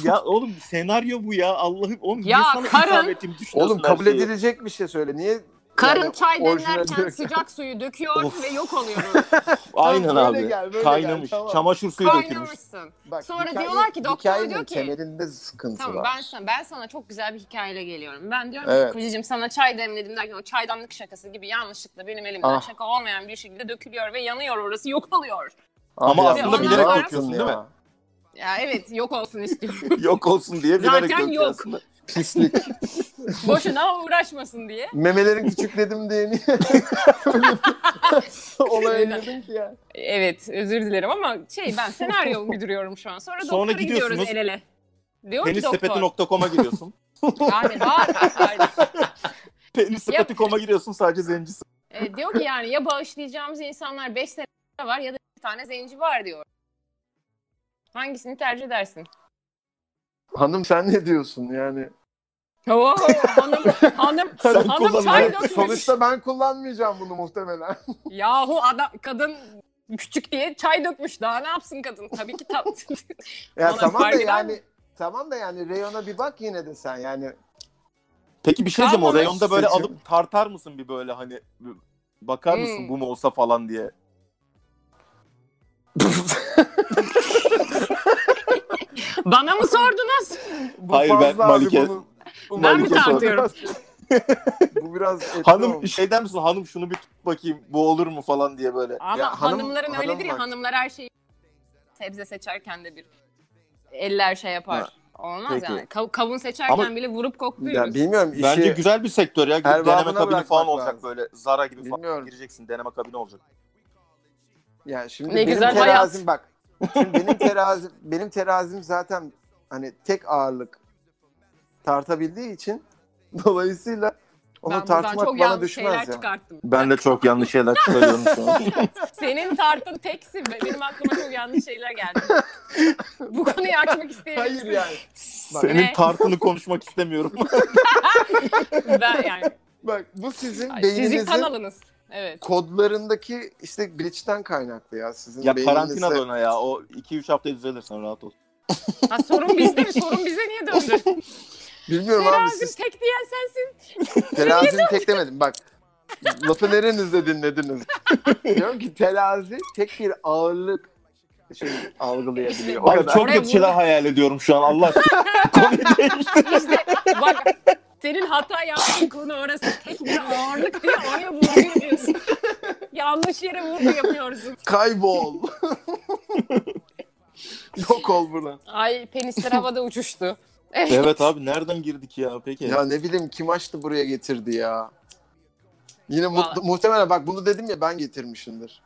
S1: ya oğlum senaryo bu ya. Allah'ım oğlum niye
S2: Ya
S1: sana
S2: karın-
S1: hitap ettiğimi düşünüyorsun
S3: Oğlum kabul
S1: her şeyi?
S3: edilecek bir şey söyle. Niye?
S2: Karın
S3: Yani
S2: çay
S3: orijinal
S2: demlerken
S3: diyor.
S2: sıcak suyu döküyor
S1: Of.
S2: ve yok oluyoruz.
S1: Aynen
S3: Tamam, böyle
S1: abi.
S3: gel, böyle
S1: Kaynamış.
S3: gel, tamam.
S1: Çamaşır suyu dökülmüş.
S2: Kaynamışsın.
S3: Bak,
S2: Sonra diyorlar ki, doktor
S3: hikayenin
S2: diyor ki-
S3: temelinde sıkıntı
S2: Tamam
S3: var.
S2: ben sana, ben sana çok güzel bir hikayeyle geliyorum. Ben diyorum
S3: Evet.
S2: ki kocacığım sana çay demledim derken o çaydanlık şakası gibi yanlışlıkla benim elimden
S3: Ah.
S2: şaka olmayan bir şekilde dökülüyor ve yanıyor orası yok oluyor.
S3: Ah
S1: Ama
S3: ya,
S2: aslında
S3: ne
S2: bilerek
S3: yaptın
S1: yapıyorsun
S3: ya?
S1: değil mi?
S2: Ya evet yok olsun istiyorum.
S3: [LAUGHS]
S1: Yok olsun diye bilerek
S2: Zaten
S1: döküyor
S2: yok.
S1: aslında.
S3: Pislik.
S2: Boşuna uğraşmasın diye.
S3: Memelerin küçükledim
S2: [LAUGHS]
S3: diye niye? [LAUGHS] Ona elledim ki ya.
S2: Evet özür dilerim ama şey ben senaryo
S3: [LAUGHS]
S2: uyduruyorum şu an. Sonra,
S1: Sonra
S2: doktora gidiyoruz
S1: gidiyorsunuz.
S2: el ele. Diyor ki doktor.
S1: Penissepeti.com'a
S2: [LAUGHS]
S1: giriyorsun.
S2: Yani var.
S1: [LAUGHS]
S2: hayır.
S1: Penissepeti.com'a giriyorsun sadece zencisi.
S2: E, diyor ki yani ya bağışlayacağımız insanlar 5 sene var ya da bir tane zenci var diyor. Hangisini tercih edersin?
S3: Hanım sen ne diyorsun yani?
S2: Oo, hanım
S3: [LAUGHS]
S2: hanım
S1: Sen
S2: hanım
S1: kullan
S2: çay
S1: lan.
S2: dökmüş.
S3: Sonuçta ben kullanmayacağım bunu muhtemelen. [LAUGHS]
S2: Yahu adam kadın küçük diye çay dökmüş. Daha ne yapsın kadın? Tabii ki tat.
S3: [LAUGHS] ya
S2: Ona
S3: tamam da
S2: fark eder
S3: yani
S2: mi?
S3: tamam da yani reyona bir bak yine de
S1: [LAUGHS]
S3: sen yani.
S1: Peki bir şey diyeceğim o
S2: Kalmamış.
S1: reyonda böyle
S3: Seçim.
S1: alıp tartar mısın bir böyle hani bakar
S2: Hmm.
S1: mısın bu mu olsa falan diye.
S2: Bana mı sordunuz?
S3: Bu
S1: Hayır, ben
S3: fazla abi,
S1: Malike-
S3: bunu- bu
S1: Ben mi
S3: Malike sordu.
S2: tartıyorum?
S3: [LAUGHS] bu biraz etli
S1: Hanım
S3: olmuş.
S1: şey der misin hanım şunu bir tut bakayım bu olur mu falan diye böyle.
S2: Ama
S3: Ya hanım-
S2: hanımların
S3: hanım
S2: öyledir ya
S3: bak.
S2: hanımlar her şeyi sebze seçerken de bir eller şey yapar.
S1: Ha,
S2: Olmaz
S1: peki.
S2: yani. Kav- kavun seçerken
S1: Ama-
S2: bile vurup
S3: Ya
S2: kokluyoruz.
S3: bilmiyorum işi
S1: Bence güzel bir sektör ya. Gidip
S3: Erbabına
S1: deneme kabini
S3: bırakmak
S1: falan olacak
S3: lazım.
S1: böyle. Zara gibi falan
S3: Bilmiyorum.
S1: gireceksin deneme kabini olacak.
S3: Yani şimdi
S2: Ne
S3: benim
S2: güzel
S3: terazim bak. Şimdi benim terazim [LAUGHS] benim terazim zaten hani tek ağırlık tartabildiği için [LAUGHS] dolayısıyla onu
S2: ben buradan
S3: tartmak
S2: çok
S3: bana
S2: yanlış şeyler
S3: düşmez ya.
S2: çıkarttım.
S1: Ben de çok yanlış şeyler çıkarıyorum şu [LAUGHS] an.
S2: Senin tartın teksin be. Benim aklıma çok yanlış şeyler
S3: [LAUGHS]
S2: geldi. Bu konuyu açmak
S3: Hayır
S2: isteyebilirsin.
S3: yani. Bak,
S1: Senin
S2: Ne?
S1: tartını konuşmak
S3: [LAUGHS]
S1: istemiyorum.
S2: Ben yani.
S3: bak bu sizin
S2: Ay, Sizin
S3: beyninizin
S2: kanalınız. Evet.
S3: kodlarındaki işte glitch'ten kaynaklı ya sizin
S1: ya
S3: beyninizde.
S1: karantina dön ya. O 2-3 hafta düzelir sen rahat ol.
S2: Ha, sorun bizde mi? Sorun bize
S1: [LAUGHS]
S2: niye döndü?
S3: Bilmiyorum abi
S2: Terazim
S3: siz
S2: tek diyen sensin.
S3: terazim tek demedim bak. Lafı
S2: [LAUGHS]
S3: nerenizde dinlediniz? Diyorum ki terazi tek bir ağırlık şey algılayabiliyor. O
S1: Abi
S3: kadar.
S1: çok
S2: Oraya
S1: kötü şeyler
S2: [LAUGHS] vurma.
S1: hayal ediyorum şu an Allah aşkına. Konuyu değiştir.
S2: İşte bak Senin hata yaptığın konu orası. Tek bir ağırlık diye oraya vurgu yapıyorsun.
S1: [LAUGHS]
S2: Yanlış yere vurgu yapıyorsun.
S1: [LAUGHS]
S3: Kaybol. Yok ol buradan.
S2: Ay penisler havada uçuştu.
S1: Evet abi nereden girdik ya peki?
S3: Ya ne bileyim kim açtı buraya getirdi ya. Yine mu-
S2: Vallahi.
S3: muhtemelen bak bunu dedim ya ben getirmişimdir.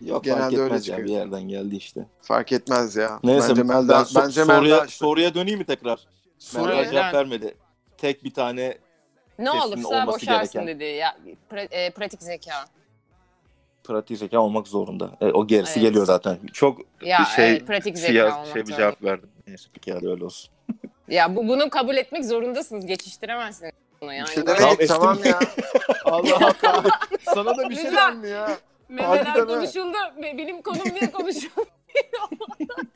S1: Yok
S3: genelde
S1: fark
S3: öyle
S1: etmez ya
S3: çıkıyor.
S1: bir yerden geldi işte.
S3: Fark etmez ya.
S1: Neyse
S3: bence Melda,
S1: ben so-
S3: bence
S1: soruya,
S3: Melda açtı.
S1: soruya döneyim mi tekrar?
S3: Soruya-
S1: Melda
S2: Soruya
S1: cevap
S2: dön.
S1: vermedi. Tek bir tane
S2: Ne
S1: Kesin
S2: olursa
S1: olması
S2: boşarsın
S1: gereken.
S2: dedi. Ya, pra- e, pratik zeka.
S1: pratik zeka olmak zorunda. E, o gerisi
S2: Evet.
S1: geliyor zaten. Çok
S2: Ya
S1: şey,
S2: evet, pratik zeka
S1: siyah
S2: olmak
S1: şey bir
S2: zorunda.
S1: cevap verdim. Neyse peki hadi öyle olsun.
S2: Ya bu, bunu kabul etmek zorundasınız. Geçiştiremezsiniz bunu yani.
S3: Bir şey
S2: Böyle
S1: Tamam,
S3: demedik tamam
S1: [LAUGHS]
S3: ya. Allah Allah. Sana da bir şey
S2: Güzel.
S3: denmiyor ya.
S2: memeler
S3: Harbiden ha.
S2: konuşuldu. be- Benim konum diye konuşuldu.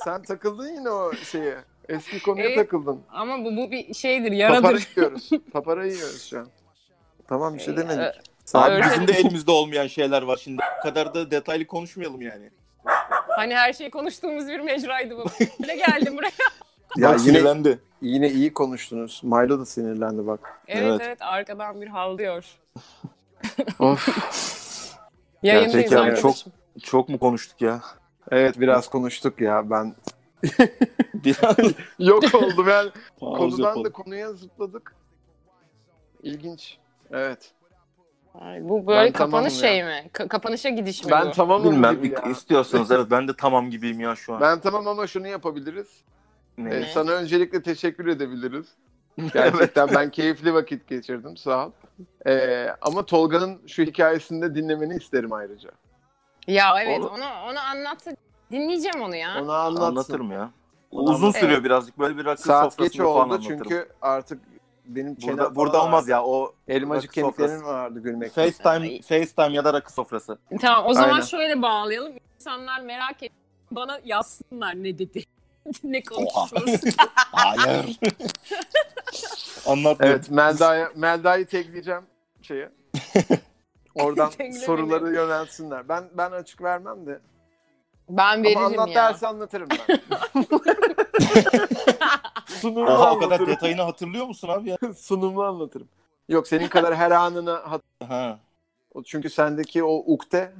S3: Sen takıldın yine o şeye. Eski konuya
S2: Evet.
S3: takıldın.
S2: Ama bu, bu bir Ee, şeydir,
S3: Papara
S2: yaradır.
S3: yiyoruz. Papara yiyoruz şu an. Tamam bir şey demedik.
S1: Abi
S2: öyle-
S1: bizim de elimizde olmayan şeyler var şimdi. Bu kadar da detaylı konuşmayalım yani.
S2: Hani her şeyi konuştuğumuz bir mecraydı bu. Böyle geldim
S3: [LAUGHS]
S2: buraya.
S3: Ya
S1: Bak,
S3: yine,
S1: sinirlendi.
S3: yine iyi konuştunuz. Milo da sinirlendi bak.
S2: Evet
S1: Evet.
S2: evet, arkadan bir havlıyor.
S3: Of.
S2: Yayındayız
S1: Gerçekten
S2: arkadaşım.
S1: çok- Çok mu konuştuk [LAUGHS] ya?
S3: Evet biraz konuştuk ya ben.
S1: Biraz [LAUGHS]
S3: Yok oldu ben.
S1: Konudan
S3: Konudan da
S1: yapalım.
S3: konuya zıpladık. İlginç. Evet.
S2: Ay, bu böyle
S3: Ben tamamım
S2: kapanış
S3: ya.
S2: şey mi? Ka- kapanışa gidiş mi
S3: Ben
S2: bu?
S3: tamamım
S1: Bilmem
S3: gibi ya.
S1: istiyorsanız evet ben de tamam gibiyim ya şu an.
S3: Ben tamam ama şunu yapabiliriz. Ee,
S1: Neyse.
S3: sana öncelikle
S1: [LAUGHS]
S3: teşekkür edebiliriz. Gerçekten ben keyifli vakit geçirdim. Sağ ol. Ee, ama Tolga'nın şu hikayesini de dinlemeni isterim ayrıca.
S2: Ya evet
S1: Oğlum.
S2: onu onu anlatsa dinleyeceğim onu ya.
S3: Onu anlatsın.
S1: Anlatırım ya.
S3: Onu
S1: Uzun
S3: anlat-
S1: sürüyor birazcık böyle bir rakı
S3: Saat
S1: sofrasında
S3: geç
S1: falan
S3: oldu
S1: anlatırım.
S3: çünkü artık benim çenem
S1: burada,
S3: falan
S1: burada olmaz
S3: ağrıdı.
S1: ya o
S3: Elmacık
S1: Rakı sofrası.
S3: kemiklerim vardı gülmekten.
S1: FaceTime FaceTime ya da rakı sofrası.
S2: Tamam o zaman
S3: Aynen.
S2: şöyle bağlayalım. İnsanlar merak et bana yazsınlar ne dedi. [LAUGHS] ne konuştunuz.
S1: [LAUGHS] Hayır. Anlat.
S3: Evet Melda'ya Melda'yı tekleyeceğim şeye.
S2: [LAUGHS]
S3: Oradan
S2: Teklemeni.
S3: soruları yönelsinler. Ben ben açık vermem de.
S2: ben
S3: Ama
S2: veririm
S3: anlat
S2: ya.
S3: derse anlatırım
S2: [LAUGHS]
S3: ben. sunumlu
S1: Oha o kadar
S3: anlatırım.
S1: detayını hatırlıyor musun abi ya?
S3: sunumlu anlatırım. Yok senin kadar her anını hat-
S1: Ha.
S3: çünkü sendeki o ukde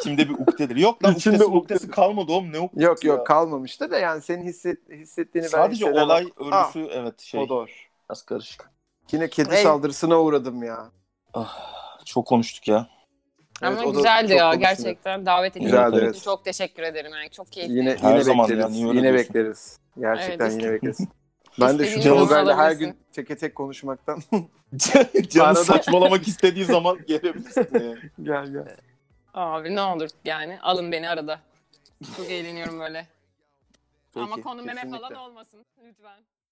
S1: İçimde bir uktedir. Yok lan
S3: İçinde
S1: uktesi,
S3: ukde.
S1: uktesi kalmadı oğlum ne uktesi
S3: yok yok
S1: ya?
S3: kalmamıştı da yani senin hisset, hissettiğini
S1: Sadece
S3: ben hissedemem.
S1: olay örgüsü evet şey.
S3: o doğru.
S1: Biraz karışık.
S3: Yine kedi
S2: Ey.
S3: saldırısına uğradım ya.
S1: Çok konuştuk [LAUGHS] ya.
S2: Ama
S3: Evet, o da
S2: güzeldi
S3: çok
S2: ya
S3: konuşulur.
S2: gerçekten davet ettiğiniz
S3: Güzeldi,
S2: için
S3: evet.
S2: çok teşekkür ederim. Yani çok keyifli.
S3: Yine
S1: Her
S3: yine
S1: zaman
S3: bekleriz.
S1: yani, öyle
S3: yine
S1: diyorsun.
S3: bekleriz. Gerçekten
S2: Evet,
S3: yine bekleriz.
S2: [LAUGHS]
S3: Ben de şu
S2: İstediğin
S1: zaman
S3: Tolga'yla her gün
S2: alabilirsin.
S3: teke tek konuşmaktan [LAUGHS]
S1: Canı
S3: Arada-
S1: saçmalamak istediği zaman gelebilirsin. yani.
S3: gel gel.
S2: Abi ne olur yani alın beni arada. Çok eğleniyorum böyle. Ama
S1: Peki,
S2: konu meme
S1: kesinlikle.
S2: falan olmasın lütfen.